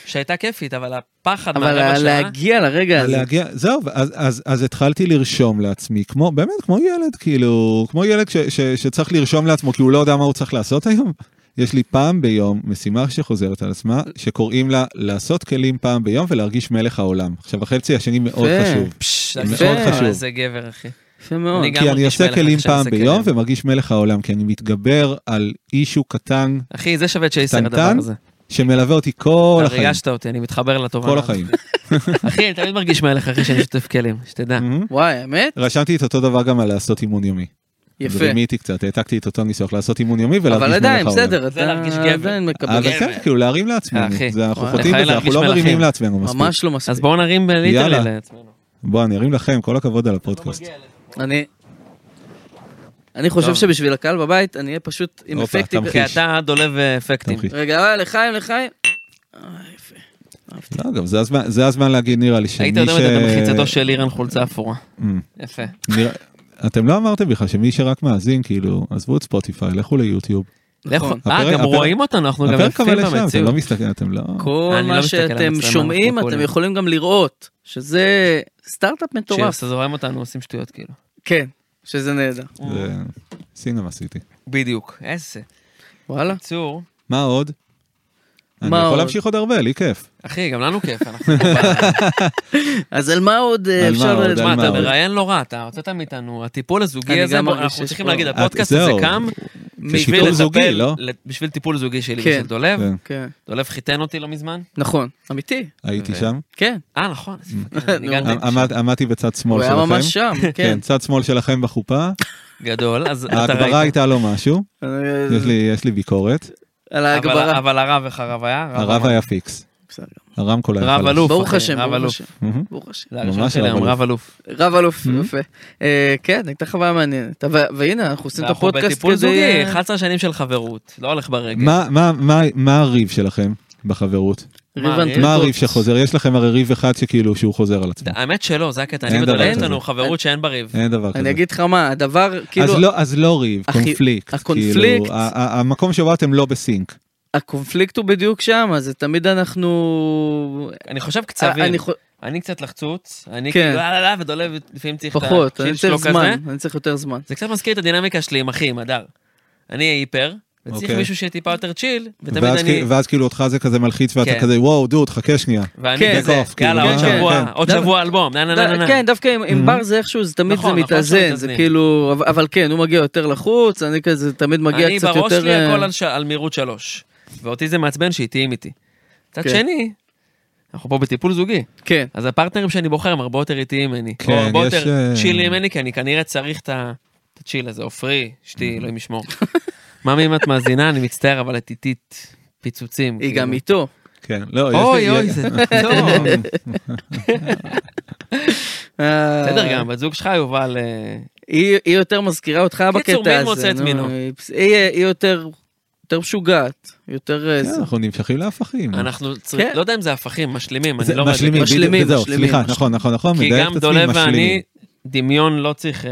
Speaker 2: שהייתה כיפית, אבל הפחד
Speaker 3: אבל
Speaker 2: מהרבע
Speaker 3: ה-
Speaker 2: שעה...
Speaker 3: להגיע לרגע הזה,
Speaker 4: להגיע, זהו, אז, אז, אז התחלתי לרשום לעצמי, כמו, באמת, כמו ילד, כאילו, כמו ילד ש, ש, שצריך לרשום לעצמו, כי הוא לא יודע מה הוא צריך לעשות היום. יש לי פעם ביום משימה שחוזרת על עצמה, שקוראים לה לעשות כלים פעם ביום ולהרגיש מלך העולם. עכשיו, החצי השני מאוד
Speaker 3: יפה.
Speaker 4: חשוב.
Speaker 2: פשש,
Speaker 4: זה
Speaker 2: אחי,
Speaker 3: מאוד
Speaker 2: אבל
Speaker 4: חשוב.
Speaker 2: איזה גבר, אחי.
Speaker 3: יפה מאוד.
Speaker 2: אני גם-
Speaker 4: כי אני
Speaker 2: מרגיש
Speaker 4: עושה
Speaker 2: מלך,
Speaker 4: כלים
Speaker 2: אני חושב
Speaker 4: פעם
Speaker 2: שזה
Speaker 4: ביום
Speaker 2: כלים.
Speaker 4: ומרגיש מלך העולם, כי אני מתגבר על אישו קטן
Speaker 2: אחי, זה שווה צ'ייסר הדבר
Speaker 4: קטנטן,
Speaker 2: הזה.
Speaker 4: שמלווה אותי כל
Speaker 2: אתה
Speaker 4: החיים.
Speaker 2: ריגשת אותי, אני מתחבר לתובנה.
Speaker 4: כל
Speaker 2: הזאת. (laughs)
Speaker 4: החיים.
Speaker 2: אחי, אני תמיד מרגיש מלך, אחי, שאני שוטף כלים, שתדע.
Speaker 4: מהמם.
Speaker 3: וואי, האמת?
Speaker 4: רשמתי את אותו דבר גם על לעשות אימון יומי.
Speaker 3: יפה.
Speaker 4: ורימיתי קצת, העתקתי את אותו ניסוח לעשות אימון יומי ולהרגיש מלך העולם.
Speaker 3: אבל עדיין, בסדר,
Speaker 2: זה להרגיש
Speaker 3: אתה
Speaker 2: גבר.
Speaker 3: עדיין מקבל.
Speaker 4: אבל
Speaker 2: גבר.
Speaker 4: כן, כאילו להרים לעצמנו,
Speaker 2: אחי,
Speaker 4: זה אנחנו
Speaker 3: וואי.
Speaker 4: חוטאים
Speaker 2: לך
Speaker 4: בזה, אנחנו
Speaker 2: להרגיש
Speaker 4: לא מרימים
Speaker 2: מלכים.
Speaker 4: לעצמנו מספיק.
Speaker 3: ממש לא מספיק.
Speaker 2: אז בואו נרים
Speaker 4: יאללה.
Speaker 2: ליטרלי לעצמנו.
Speaker 4: בוא, אני ארים לכם, כל הכבוד על הפודקאסט.
Speaker 2: לא
Speaker 3: אני... אני חושב
Speaker 2: טוב.
Speaker 3: שבשביל הקהל בבית, אני אהיה פשוט עם
Speaker 4: הופה,
Speaker 3: אפקטים.
Speaker 4: תמחיש.
Speaker 2: כי אתה עד עולה ואפקטים.
Speaker 4: תמחיש.
Speaker 3: רגע, אה, לחיים, לחיים. אה, יפה. אהבתי.
Speaker 4: לא, גם זה הזמן- זה הזמן להגיד, נראה לי, שמי ש...
Speaker 2: היית יודע את המחיצתו של אירן חולצה אפורה.
Speaker 4: אמ,
Speaker 2: יפה.
Speaker 4: נראה- אתם לא אמרתם בכלל שמי שרק מאזין, כאילו, עזבו את ספוטיפיי, לכו ליוטיוב.
Speaker 2: לכו-
Speaker 3: נכון.
Speaker 2: אה,
Speaker 4: הפרק-
Speaker 2: גם
Speaker 4: הפרק-
Speaker 2: רואים אותנו, אנחנו גם
Speaker 4: הפרק
Speaker 2: יפים
Speaker 4: אבל לשם, אתם לא
Speaker 2: במציאות.
Speaker 4: מסתכלים, אתם לא...
Speaker 3: כל
Speaker 2: אני לא
Speaker 3: מה
Speaker 2: מסתכל על
Speaker 3: שאתם
Speaker 2: המצלמה,
Speaker 3: שומעים,
Speaker 2: אנחנו
Speaker 3: אתם
Speaker 2: כולם.
Speaker 3: יכולים גם לראות, שזה סטארט-אפ מטורף.
Speaker 2: שאתה זורם אותנו, עושים שטויות כאילו.
Speaker 3: כן, שזה נהדר.
Speaker 4: זה סינמה סיטי.
Speaker 2: בדיוק, איזה.
Speaker 3: וואלה.
Speaker 2: בקיצור,
Speaker 4: מה עוד? אני
Speaker 3: מה
Speaker 4: יכול
Speaker 3: עוד?
Speaker 4: להמשיך עוד הרבה, לי כיף.
Speaker 2: אחי, גם לנו כיף,
Speaker 4: (laughs)
Speaker 2: אנחנו...
Speaker 3: אז על מה עוד אה,
Speaker 4: על מה
Speaker 3: אפשר...
Speaker 4: עוד,
Speaker 3: לדבר?
Speaker 4: על
Speaker 2: מה, אתה
Speaker 4: עוד?
Speaker 2: מראיין לא רע, אתה הוצאת מאיתנו, הטיפול הזוגי
Speaker 3: אני
Speaker 2: הזה,
Speaker 3: גם
Speaker 2: בוא,
Speaker 3: מרגיש
Speaker 2: אנחנו
Speaker 3: שיש
Speaker 2: צריכים
Speaker 3: פה-
Speaker 2: להגיד,
Speaker 4: אה,
Speaker 2: הפודקאסט הזה
Speaker 4: זהו.
Speaker 2: קם בשביל
Speaker 4: שיטור זוגי,
Speaker 2: לטפל,
Speaker 4: לא?
Speaker 2: לת- בשביל טיפול זוגי שלי
Speaker 3: כן.
Speaker 2: ושל דולב.
Speaker 4: כן.
Speaker 3: כן,
Speaker 2: דולב חיתן אותי לא מזמן.
Speaker 3: נכון, אמיתי,
Speaker 4: הייתי
Speaker 2: ו-
Speaker 4: שם,
Speaker 3: כן.
Speaker 2: אה, נכון.
Speaker 4: אמ,
Speaker 2: איזה פאקינג, אני
Speaker 3: נו.
Speaker 2: הגעתי
Speaker 4: עמד- עמדתי בצד שמאל
Speaker 3: הוא היה ממש
Speaker 4: שלכם.
Speaker 3: שם, כן.
Speaker 4: (laughs) כן, צד שמאל שלכם
Speaker 2: (laughs)
Speaker 4: בחופה,
Speaker 2: גדול, אז אתה
Speaker 4: אמ, ההגברה
Speaker 2: ראית.
Speaker 4: הייתה לו משהו,
Speaker 3: אה,
Speaker 4: יש לי- יש לי ביקורת,
Speaker 3: על
Speaker 2: אבל-
Speaker 3: ההגברה.
Speaker 2: אבל הרב, איך הרב היה?
Speaker 4: הרב
Speaker 2: אמר-
Speaker 4: היה פיקס.
Speaker 3: בסדר גמור.
Speaker 4: הרמקול היה
Speaker 2: רב
Speaker 4: חלש.
Speaker 2: אלוף.
Speaker 3: ברוך
Speaker 2: אחי,
Speaker 3: השם,
Speaker 2: רב
Speaker 3: ברוך
Speaker 2: אלוף.
Speaker 3: השם.
Speaker 4: מהמם.
Speaker 3: ברוך השם.
Speaker 2: זה הראשון
Speaker 4: ממש
Speaker 2: שלי,
Speaker 4: רב
Speaker 2: היום,
Speaker 4: אלוף.
Speaker 2: רב אלוף.
Speaker 3: רב אלוף,
Speaker 4: Mhm.
Speaker 3: יפה. אה, כן, הייתה חוויה מעניינת. אבל- והנה, אנחנו עושים את
Speaker 2: אנחנו
Speaker 3: הפודקאסט
Speaker 2: בטיפול
Speaker 3: כדי...
Speaker 2: זוגי, 11 שנים של חברות, לא הולך ברגל.
Speaker 4: מה- מה- מה- מה הריב שלכם בחברות?
Speaker 3: ריב
Speaker 2: מה,
Speaker 3: אנטנות.
Speaker 4: מה הריב שחוזר? יש לכם הרי ריב אחד שכאילו שהוא חוזר על עצמו.
Speaker 2: האמת שלא, זה הקטע, אני
Speaker 4: אין דבר
Speaker 2: מדבר, יש
Speaker 4: כזה.
Speaker 2: לנו חברות שאין בריב.
Speaker 4: אין דבר
Speaker 3: אני
Speaker 4: כזה.
Speaker 3: אגיד לך מה, הדבר,
Speaker 4: אז
Speaker 3: כאילו,
Speaker 4: לא- אז לא ריב,
Speaker 3: הכי-
Speaker 4: קונפליקט.
Speaker 3: הקונפליקט-
Speaker 4: כאילו, ה- ה- המקום שבו אתם לא בסינק.
Speaker 3: הקונפליקט הוא בדיוק שם, אז זה תמיד אנחנו...
Speaker 2: אני חושב קצבים,
Speaker 3: אני חו-
Speaker 2: אני קצת לחצוץ, אני
Speaker 3: כן.
Speaker 2: כאילו לא, לא, לא, ודולב, לפעמים צריך את
Speaker 3: פחות, אני
Speaker 2: הצ'ינג'
Speaker 3: צריך
Speaker 2: שלו כזה.
Speaker 3: זמן, אני צריך יותר זמן.
Speaker 2: זה קצת מזכיר את הדינמיקה שלי עם אחי, עם הדר. אני היפר, וצריך
Speaker 4: אוקיי.
Speaker 2: מישהו שיהיה טיפה יותר צ'יל, ותמיד
Speaker 4: ואז
Speaker 2: אני,
Speaker 4: כי- ואז כאילו אותך זה כזה מלחיץ ואתה
Speaker 2: כן.
Speaker 4: כזה וואו דוד חכה שנייה.
Speaker 2: ואני
Speaker 3: כן,
Speaker 2: כזה,
Speaker 4: back off,
Speaker 2: יאללה, עוד
Speaker 4: כאילו,
Speaker 3: כן,
Speaker 2: שבוע,
Speaker 4: כן.
Speaker 2: עוד
Speaker 3: דווקא-
Speaker 2: שבוע אלבום, נה נה נה נה. נה.
Speaker 3: כן, דווקא עם- עם
Speaker 4: Mhm.
Speaker 3: בר זה איכשהו, זה תמיד
Speaker 2: נכון,
Speaker 3: זה
Speaker 2: נכון,
Speaker 3: מתאזן, זה
Speaker 2: שמתאזנים.
Speaker 3: כאילו, אבל- אבל כן, הוא מגיע יותר לחוץ, אני כזה תמיד מגיע
Speaker 2: אני
Speaker 3: קצת
Speaker 2: בראש
Speaker 3: יותר...
Speaker 2: שלי
Speaker 3: אה,
Speaker 2: הכל על ש- על מהירות שלוש. ואותי זה מעצבן שהיא תהיים איתי. מצד
Speaker 3: כן.
Speaker 2: שני, אנחנו פה בטיפול זוגי,
Speaker 3: כן,
Speaker 2: אז הפרטנרים שאני בוחר הם הרבה יותר איטיים ממני.
Speaker 4: כן,
Speaker 2: או הרבה
Speaker 4: יש,
Speaker 2: יותר
Speaker 4: אה,
Speaker 2: צ'ילים ממני, כי אני כנראה צריך את ה- את הצ'יל הזה, עופרי,
Speaker 4: Mm-hmm.
Speaker 2: אשתי, אלוהים
Speaker 4: (laughs)
Speaker 2: ישמור. ממי, אם את מאזינה, אני מצטער, אבל את איטית פיצוצים.
Speaker 3: היא
Speaker 2: כאילו.
Speaker 3: גם איתו.
Speaker 4: כן. לא, יש לי-
Speaker 2: אוי
Speaker 4: יש- לא,
Speaker 2: אוי,
Speaker 4: (laughs)
Speaker 2: זה טוב.
Speaker 3: אה,
Speaker 2: בסדר גם, בת זוג שלך יובל... אה,
Speaker 3: היא היא יותר מזכירה אותך בקטע הזה.
Speaker 2: קיצור, מין מוצא את
Speaker 3: נו,
Speaker 2: מינו.
Speaker 3: היא פס- היא היא יותר יותר משוגעת, יותר... אה,
Speaker 4: כן,
Speaker 3: זה.
Speaker 4: אנחנו נמשכים להפכים.
Speaker 2: אנחנו צריכים,
Speaker 3: כן.
Speaker 2: לא יודע אם זה הפכים, משלימים,
Speaker 4: זה-
Speaker 2: אני לא
Speaker 4: משלימים,
Speaker 2: רגיל.
Speaker 4: בדיוק,
Speaker 3: משלימים,
Speaker 4: וזהו,
Speaker 3: משלימים,
Speaker 4: סליחה,
Speaker 3: משלימים.
Speaker 4: נכון, נכון, נכון,
Speaker 2: כי
Speaker 4: מדייק
Speaker 2: גם
Speaker 4: את עצמי,
Speaker 2: דולב
Speaker 4: משלימים.
Speaker 2: ואני, דמיון לא צריך... אה,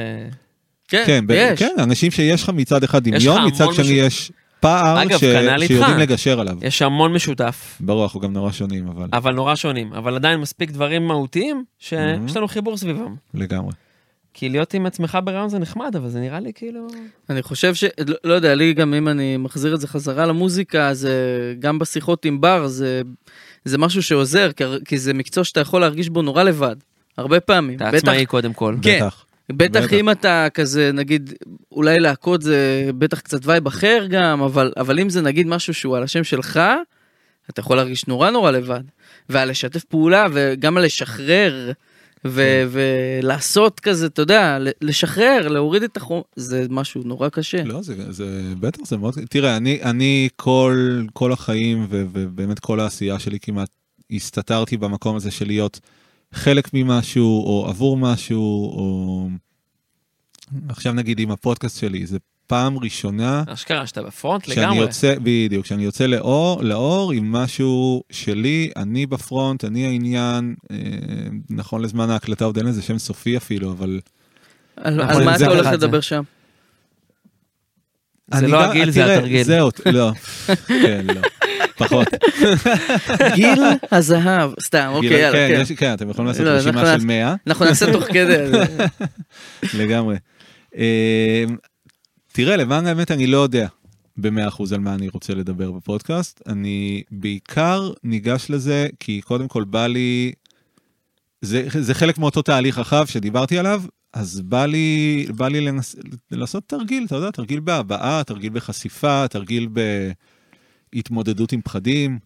Speaker 3: כן,
Speaker 4: כן, ב-
Speaker 3: יש.
Speaker 4: כן, אנשים שיש לך מצד אחד
Speaker 2: יש לך
Speaker 4: דמיון,
Speaker 2: המון
Speaker 4: מצד שני
Speaker 2: משהו-
Speaker 4: יש פער
Speaker 2: אגב,
Speaker 4: ש-
Speaker 2: כנ"ל איתך. כן.
Speaker 4: שיודעים לגשר עליו.
Speaker 2: יש המון משותף,
Speaker 4: ברור, אנחנו גם נורא שונים, אבל
Speaker 2: אבל נורא שונים, אבל עדיין מספיק דברים מהותיים שיש
Speaker 4: Mm-hmm.
Speaker 2: לנו חיבור סביבם.
Speaker 4: לגמרי.
Speaker 2: כי להיות עם עצמך ברעיון זה נחמד, אבל זה נראה לי כאילו...
Speaker 3: אני חושב ש... לא, לא יודע, לי גם אם אני מחזיר את זה חזרה למוזיקה, זה גם בשיחות עם בר, זה, זה משהו שעוזר, כי, כי זה מקצוע שאתה יכול להרגיש בו נורא לבד. הרבה פעמים.
Speaker 2: אתה
Speaker 3: בטח-
Speaker 2: עצמאי קודם כל.
Speaker 3: כן.
Speaker 4: בטח.
Speaker 3: בטח,
Speaker 4: בטח.
Speaker 3: בטח אם אתה כזה, נגיד, אולי להקות זה בטח קצת וייב אחר גם, אבל, אבל אם זה נגיד משהו שהוא על השם שלך, אתה יכול להרגיש נורא נורא לבד. ועל לשתף פעולה וגם על לשחרר. ו-
Speaker 4: כן.
Speaker 3: ולעשות כזה, אתה יודע, ל- לשחרר, להוריד את החום, זה משהו נורא קשה.
Speaker 4: לא, זה, זה בטח, זה מאוד... תראה, אני, אני כל, כל החיים ו, ובאמת כל העשייה שלי כמעט הסתתרתי במקום הזה של להיות חלק ממשהו או עבור משהו, או... עכשיו נגיד עם הפודקאסט שלי, זה פעם ראשונה
Speaker 2: אשכרה שאתה בפרונט
Speaker 4: שאני
Speaker 2: לגמרי.
Speaker 4: יוצא, בדיוק, שאני יוצא לאור, לאור עם משהו שלי, אני בפרונט, אני העניין, אה, נכון לזמן ההקלטה עוד אין לזה שם סופי אפילו, אבל...
Speaker 3: על,
Speaker 2: נכון,
Speaker 3: על מה
Speaker 4: זה
Speaker 3: אתה הולך
Speaker 2: אחד זה.
Speaker 3: לדבר שם?
Speaker 2: זה
Speaker 4: אני
Speaker 2: לא
Speaker 4: גם-
Speaker 2: הגיל, זה
Speaker 4: תראה,
Speaker 2: התרגיל.
Speaker 4: זהו,
Speaker 2: (laughs)
Speaker 4: לא, כן, לא, פחות.
Speaker 3: גיל הזהב, סתם, אוקיי,
Speaker 4: גיל-
Speaker 3: יאללה,
Speaker 4: כן,
Speaker 3: כן.
Speaker 4: יש- כן, אתם יכולים לעשות
Speaker 3: לא, אנחנו
Speaker 4: רשימה של
Speaker 3: נעשה-
Speaker 4: 100,
Speaker 3: אנחנו נעשה תוך כדי. זה.
Speaker 4: לגמרי. אמ, תראה, למען האמת אני לא יודע ב-100% על מה אני רוצה לדבר בפודקאסט. אני בעיקר ניגש לזה כי קודם כל בא לי, זה, זה חלק מאותו תהליך רחב שדיברתי עליו, אז בא לי, בא לי לנס, לעשות תרגיל, אתה יודע, תרגיל בהבעה, תרגיל בחשיפה, תרגיל בהתמודדות עם פחדים.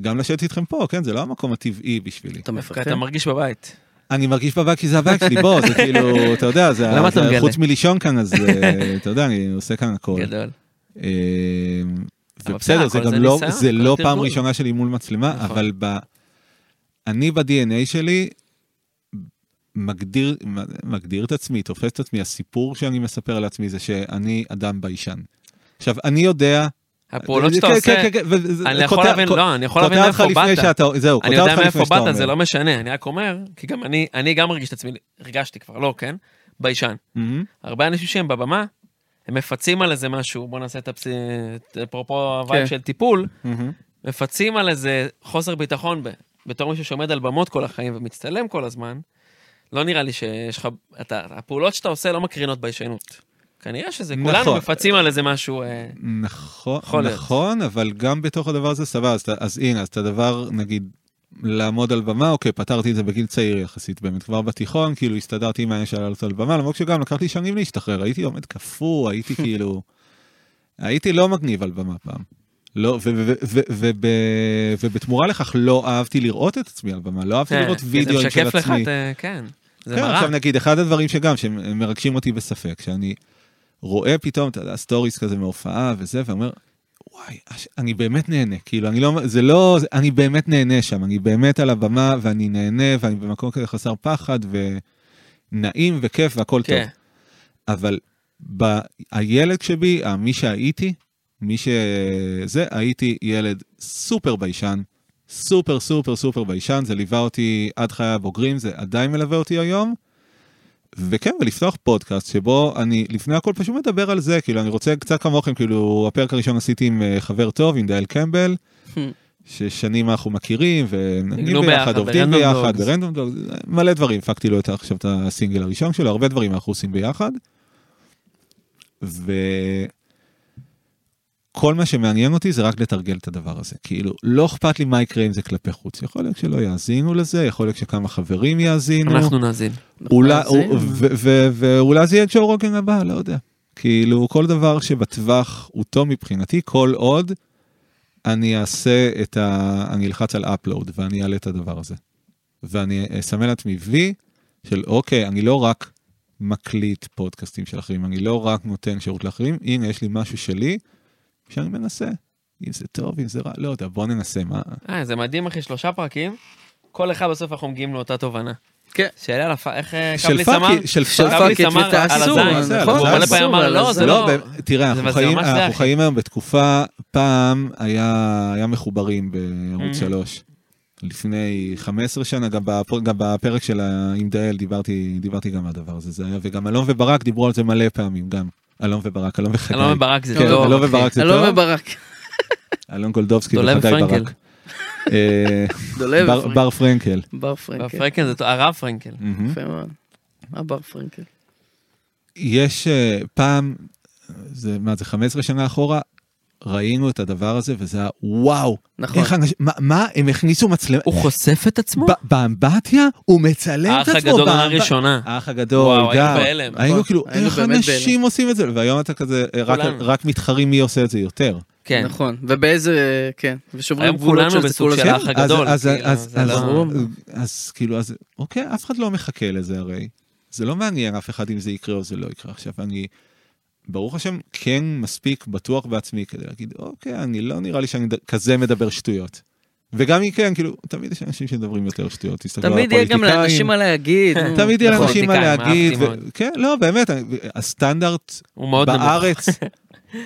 Speaker 4: גם לשבת איתכם פה, כן? זה לא המקום הטבעי בשבילי.
Speaker 3: אתה
Speaker 2: דווקא
Speaker 3: מפחד?
Speaker 2: אתה מרגיש בבית.
Speaker 4: אני מרגיש בבית כי זה הבית שלי, בוא, זה
Speaker 2: (laughs)
Speaker 4: כאילו, אתה יודע, זה,
Speaker 2: למה אתה
Speaker 4: זה-
Speaker 2: מגלה?
Speaker 4: חוץ מלישון כאן,
Speaker 2: (laughs)
Speaker 4: אז אה, אתה יודע, אני עושה כאן הכל.
Speaker 2: גדול.
Speaker 4: אה,
Speaker 2: אבל
Speaker 4: ובסדר,
Speaker 2: בסדר,
Speaker 4: זה
Speaker 2: אבל
Speaker 4: גם
Speaker 2: זה
Speaker 4: לא,
Speaker 2: ניסיון,
Speaker 4: זה
Speaker 2: הכל
Speaker 4: לא פעם
Speaker 2: תרגול.
Speaker 4: ראשונה שלי מול מצלמה,
Speaker 2: נכון.
Speaker 4: אבל ב... אני ב-DNA שלי מגדיר, מגדיר את עצמי, תופס את עצמי, הסיפור שאני מספר לעצמי זה שאני אדם ביישן. עכשיו, אני יודע...
Speaker 2: הפעולות
Speaker 4: כן,
Speaker 2: שאתה
Speaker 4: כן,
Speaker 2: עושה,
Speaker 4: כן, כן, וזה-
Speaker 2: אני יכול
Speaker 4: קוטע-
Speaker 2: להבין,
Speaker 4: קוט-
Speaker 2: לא, אני יכול
Speaker 4: קוטע
Speaker 2: להבין
Speaker 4: אותך
Speaker 2: מאיפה
Speaker 4: לפני
Speaker 2: באת.
Speaker 4: שאתה, זהו,
Speaker 2: אני
Speaker 4: קוטע
Speaker 2: יודע
Speaker 4: אותך לפני
Speaker 2: מאיפה
Speaker 4: שאתה אומר.
Speaker 2: באת, זה לא משנה, אני רק אומר, כי גם אני, אני גם מרגיש את עצמי, הרגשתי כבר, לא, כן? ביישן.
Speaker 4: מהמם.
Speaker 2: הרבה אנשים שהם בבמה, הם מפצים על איזה משהו, בוא נעשה את הפס... את- אפרופו הווייב
Speaker 3: כן.
Speaker 2: של טיפול,
Speaker 4: מהמם.
Speaker 2: מפצים על איזה חוסר ביטחון ב... בתור מישהו שעומד על במות כל החיים ומצטלם כל הזמן, לא נראה לי שיש לך, אתה, הפעולות שאתה עושה לא מקרינות ביישנות. כנראה שזה,
Speaker 4: נכון.
Speaker 2: כולנו מפצים על איזה משהו, אה,
Speaker 4: נכון,
Speaker 2: יכול להיות.
Speaker 4: נכון, אבל גם בתוך הדבר הזה סבבה, אז, אתה- אז הנה, אז את הדבר, נגיד, לעמוד על במה, אוקיי, פתרתי את זה בגיל צעיר יחסית באמת, כבר בתיכון, כאילו הסתדרתי עם העניין של לעלות על במה, למרות שגם לקח לי שנים להשתחרר, הייתי עומד
Speaker 2: (laughs)
Speaker 4: קפוא, הייתי כאילו, הייתי לא מגניב על במה פעם. לא, ו- ו- ו- ו- וב- ובתמורה לכך לא אהבתי לראות את עצמי על במה, לא אהבתי
Speaker 2: כן,
Speaker 4: לראות
Speaker 2: כי
Speaker 4: וידאו של
Speaker 2: זה משקף לך,
Speaker 4: עצמי.
Speaker 2: את, אה, כן, זה
Speaker 4: כן,
Speaker 2: מראה.
Speaker 4: עכשיו נגיד, אחד הדברים שגם, שמרגשים אותי בספק, שאני רואה פתאום, אתה יודע, סטוריס כזה מהופעה וזה, ואומר, וואי, אש- אני באמת נהנה, כאילו, אני לא, זה לא, זה- אני באמת נהנה שם, אני באמת על הבמה, ואני נהנה, ואני במקום כזה חסר פחד, ונעים וכיף והכל טוב.
Speaker 2: כן.
Speaker 4: אבל ב... הילד שבי, ה- מי שהייתי, מי שזה, הייתי ילד סופר ביישן, סופר סופר סופר ביישן, זה ליווה אותי עד חיי הבוגרים, זה עדיין מלווה אותי היום. וכן, ולפתוח פודקאסט שבו אני לפני הכל פשוט מדבר על זה, כאילו אני רוצה קצת כמוכם, כאילו הפרק הראשון עשיתי עם אה, חבר טוב, עם דאל קמבל, ששנים אנחנו מכירים, ומנגנים
Speaker 2: ניגנו
Speaker 4: ביחד,
Speaker 2: לא ביחד,
Speaker 4: עובדים
Speaker 2: ב-Random
Speaker 4: ביחד,
Speaker 2: Dogs.
Speaker 4: ברנדום דוג, מלא דברים, הפקתי לו את ה- עכשיו את הסינגל הראשון שלו, הרבה דברים אנחנו עושים ביחד. וכל מה שמעניין אותי זה רק לתרגל את הדבר הזה. כאילו, לא אכפת לי מה יקרה עם זה כלפי חוץ. יכול להיות שלא יאזינו לזה, יכול להיות שכמה חברים יאזינו.
Speaker 2: אנחנו נאזין.
Speaker 4: אולי,
Speaker 3: נאזין.
Speaker 4: ו- ו- ו- ואולי זה יהיה ג'ו רוגן הבא, לא יודע. כאילו, כל דבר שבטווח הוא טוב מבחינתי, כל עוד אני אעשה את ה... אני אלחץ על upload ואני אעלה את הדבר הזה. ואני אסמן לעצמי וי של אוקיי, אני לא רק מקליט פודקאסטים של אחרים, אני לא רק נותן שירות לאחרים, הנה, יש לי משהו שלי שאני מנסה. אם זה טוב, אם זה רע, לא יודע, בוא ננסה, מה...
Speaker 2: אה, זה מדהים, אחי, שלושה פרקים, כל אחד בסוף אנחנו מגיעים לאותה תובנה.
Speaker 3: כן.
Speaker 2: שאלה על הפ... איך אה,
Speaker 4: של
Speaker 2: קפליס
Speaker 4: פאק
Speaker 2: אמר?
Speaker 4: איט, של
Speaker 3: של
Speaker 4: פאק
Speaker 2: קפליס
Speaker 3: פאק איט
Speaker 2: אמר על
Speaker 3: ותעשו,
Speaker 2: הזין,
Speaker 4: נכון,
Speaker 2: הוא מלא
Speaker 4: על
Speaker 2: פעמים אמר,
Speaker 3: הזין.
Speaker 2: לא, זה
Speaker 3: זה
Speaker 4: לא,
Speaker 2: לא...
Speaker 4: באמת, תראה, אנחנו
Speaker 2: אבל זה
Speaker 4: חיים-
Speaker 2: ממש זה,
Speaker 4: אנחנו
Speaker 2: אחי.
Speaker 4: חיים היום בתקופה, פעם היה היה מחוברים בערוץ
Speaker 2: Mhm.
Speaker 4: 3. לפני 15 שנה, גם בפ- גם בפרק של ה- עם דאל דיברתי דיברתי גם על הדבר הזה, זה היה, וגם אלון וברק דיברו על זה מלא פעמים, גם. אלון וברק, אלון וחגי.
Speaker 2: אלון לא ברק זה
Speaker 4: כן,
Speaker 2: טוב.
Speaker 4: אלון
Speaker 2: אחי.
Speaker 4: וברק זה
Speaker 3: אלון
Speaker 4: טוב,
Speaker 3: וברק.
Speaker 4: אלון גולדובסקי
Speaker 2: דולב
Speaker 4: וחגי
Speaker 2: פרנקל. (laughs)
Speaker 4: ברק. אה,
Speaker 3: דולב
Speaker 4: בר-
Speaker 3: ופרנקל.
Speaker 4: בר פרנקל.
Speaker 3: בר כן. פרנקל.
Speaker 2: פרנקל זה טוב, הרב פרנקל.
Speaker 4: מהמם.
Speaker 3: יפה מאוד. הבר פרנקל.
Speaker 4: יש אה, פעם, זה מה זה 15 שנה אחורה, ראינו את הדבר הזה וזה היה וואו,
Speaker 3: נכון.
Speaker 4: איך אנשים, מה, מה הם הכניסו מצלמה,
Speaker 2: הוא חושף את עצמו?
Speaker 4: ב- באמבטיה הוא מצלם
Speaker 2: האח
Speaker 4: את עצמו,
Speaker 2: הגדול עונה
Speaker 4: באמבט-
Speaker 2: ראשונה.
Speaker 4: האח הגדול,
Speaker 2: וואו, היינו
Speaker 4: גם,
Speaker 2: בהלם.
Speaker 4: היינו
Speaker 3: נכון,
Speaker 4: כאילו,
Speaker 3: היינו
Speaker 4: איך
Speaker 3: באמת
Speaker 4: אנשים עושים את זה, והיום אתה כזה, אה, רק-
Speaker 2: כולנו.
Speaker 4: רק מתחרים מי עושה את זה יותר.
Speaker 2: כן.
Speaker 3: נכון. ובאיזה, כן. ושומרים
Speaker 2: היום
Speaker 3: גבולות
Speaker 2: כולנו
Speaker 3: של זה
Speaker 2: בסוג
Speaker 3: כל
Speaker 2: של
Speaker 3: הזמן.
Speaker 2: האח הגדול,
Speaker 4: כן, אז, אז,
Speaker 2: כאילו,
Speaker 4: אז,
Speaker 2: זה
Speaker 4: אז,
Speaker 2: לא-
Speaker 4: אז כאילו, אז אוקיי, אף אחד לא מחכה לזה הרי. זה לא מעניין אף אחד אם זה יקרה או זה לא יקרה. עכשיו, אני, ברוך השם, כן מספיק בטוח בעצמי כדי להגיד, אוקיי, אני לא נראה לי שאני ד- כזה מדבר שטויות. וגם אם כן, כאילו, תמיד יש אנשים שמדברים יותר שטויות, תסתכלו על
Speaker 3: תמיד יהיה גם
Speaker 4: הפוליטיקאים. כן.
Speaker 3: לאנשים מה להגיד. נו.
Speaker 4: תמיד יהיה
Speaker 3: נכון.
Speaker 4: לאנשים מה
Speaker 2: פוליטיקאים,
Speaker 4: להגיד.
Speaker 2: אהבתי
Speaker 4: ו- כן, לא, באמת, אני- הסטנדרט
Speaker 2: הוא מאוד נמוך. (laughs)
Speaker 4: בארץ,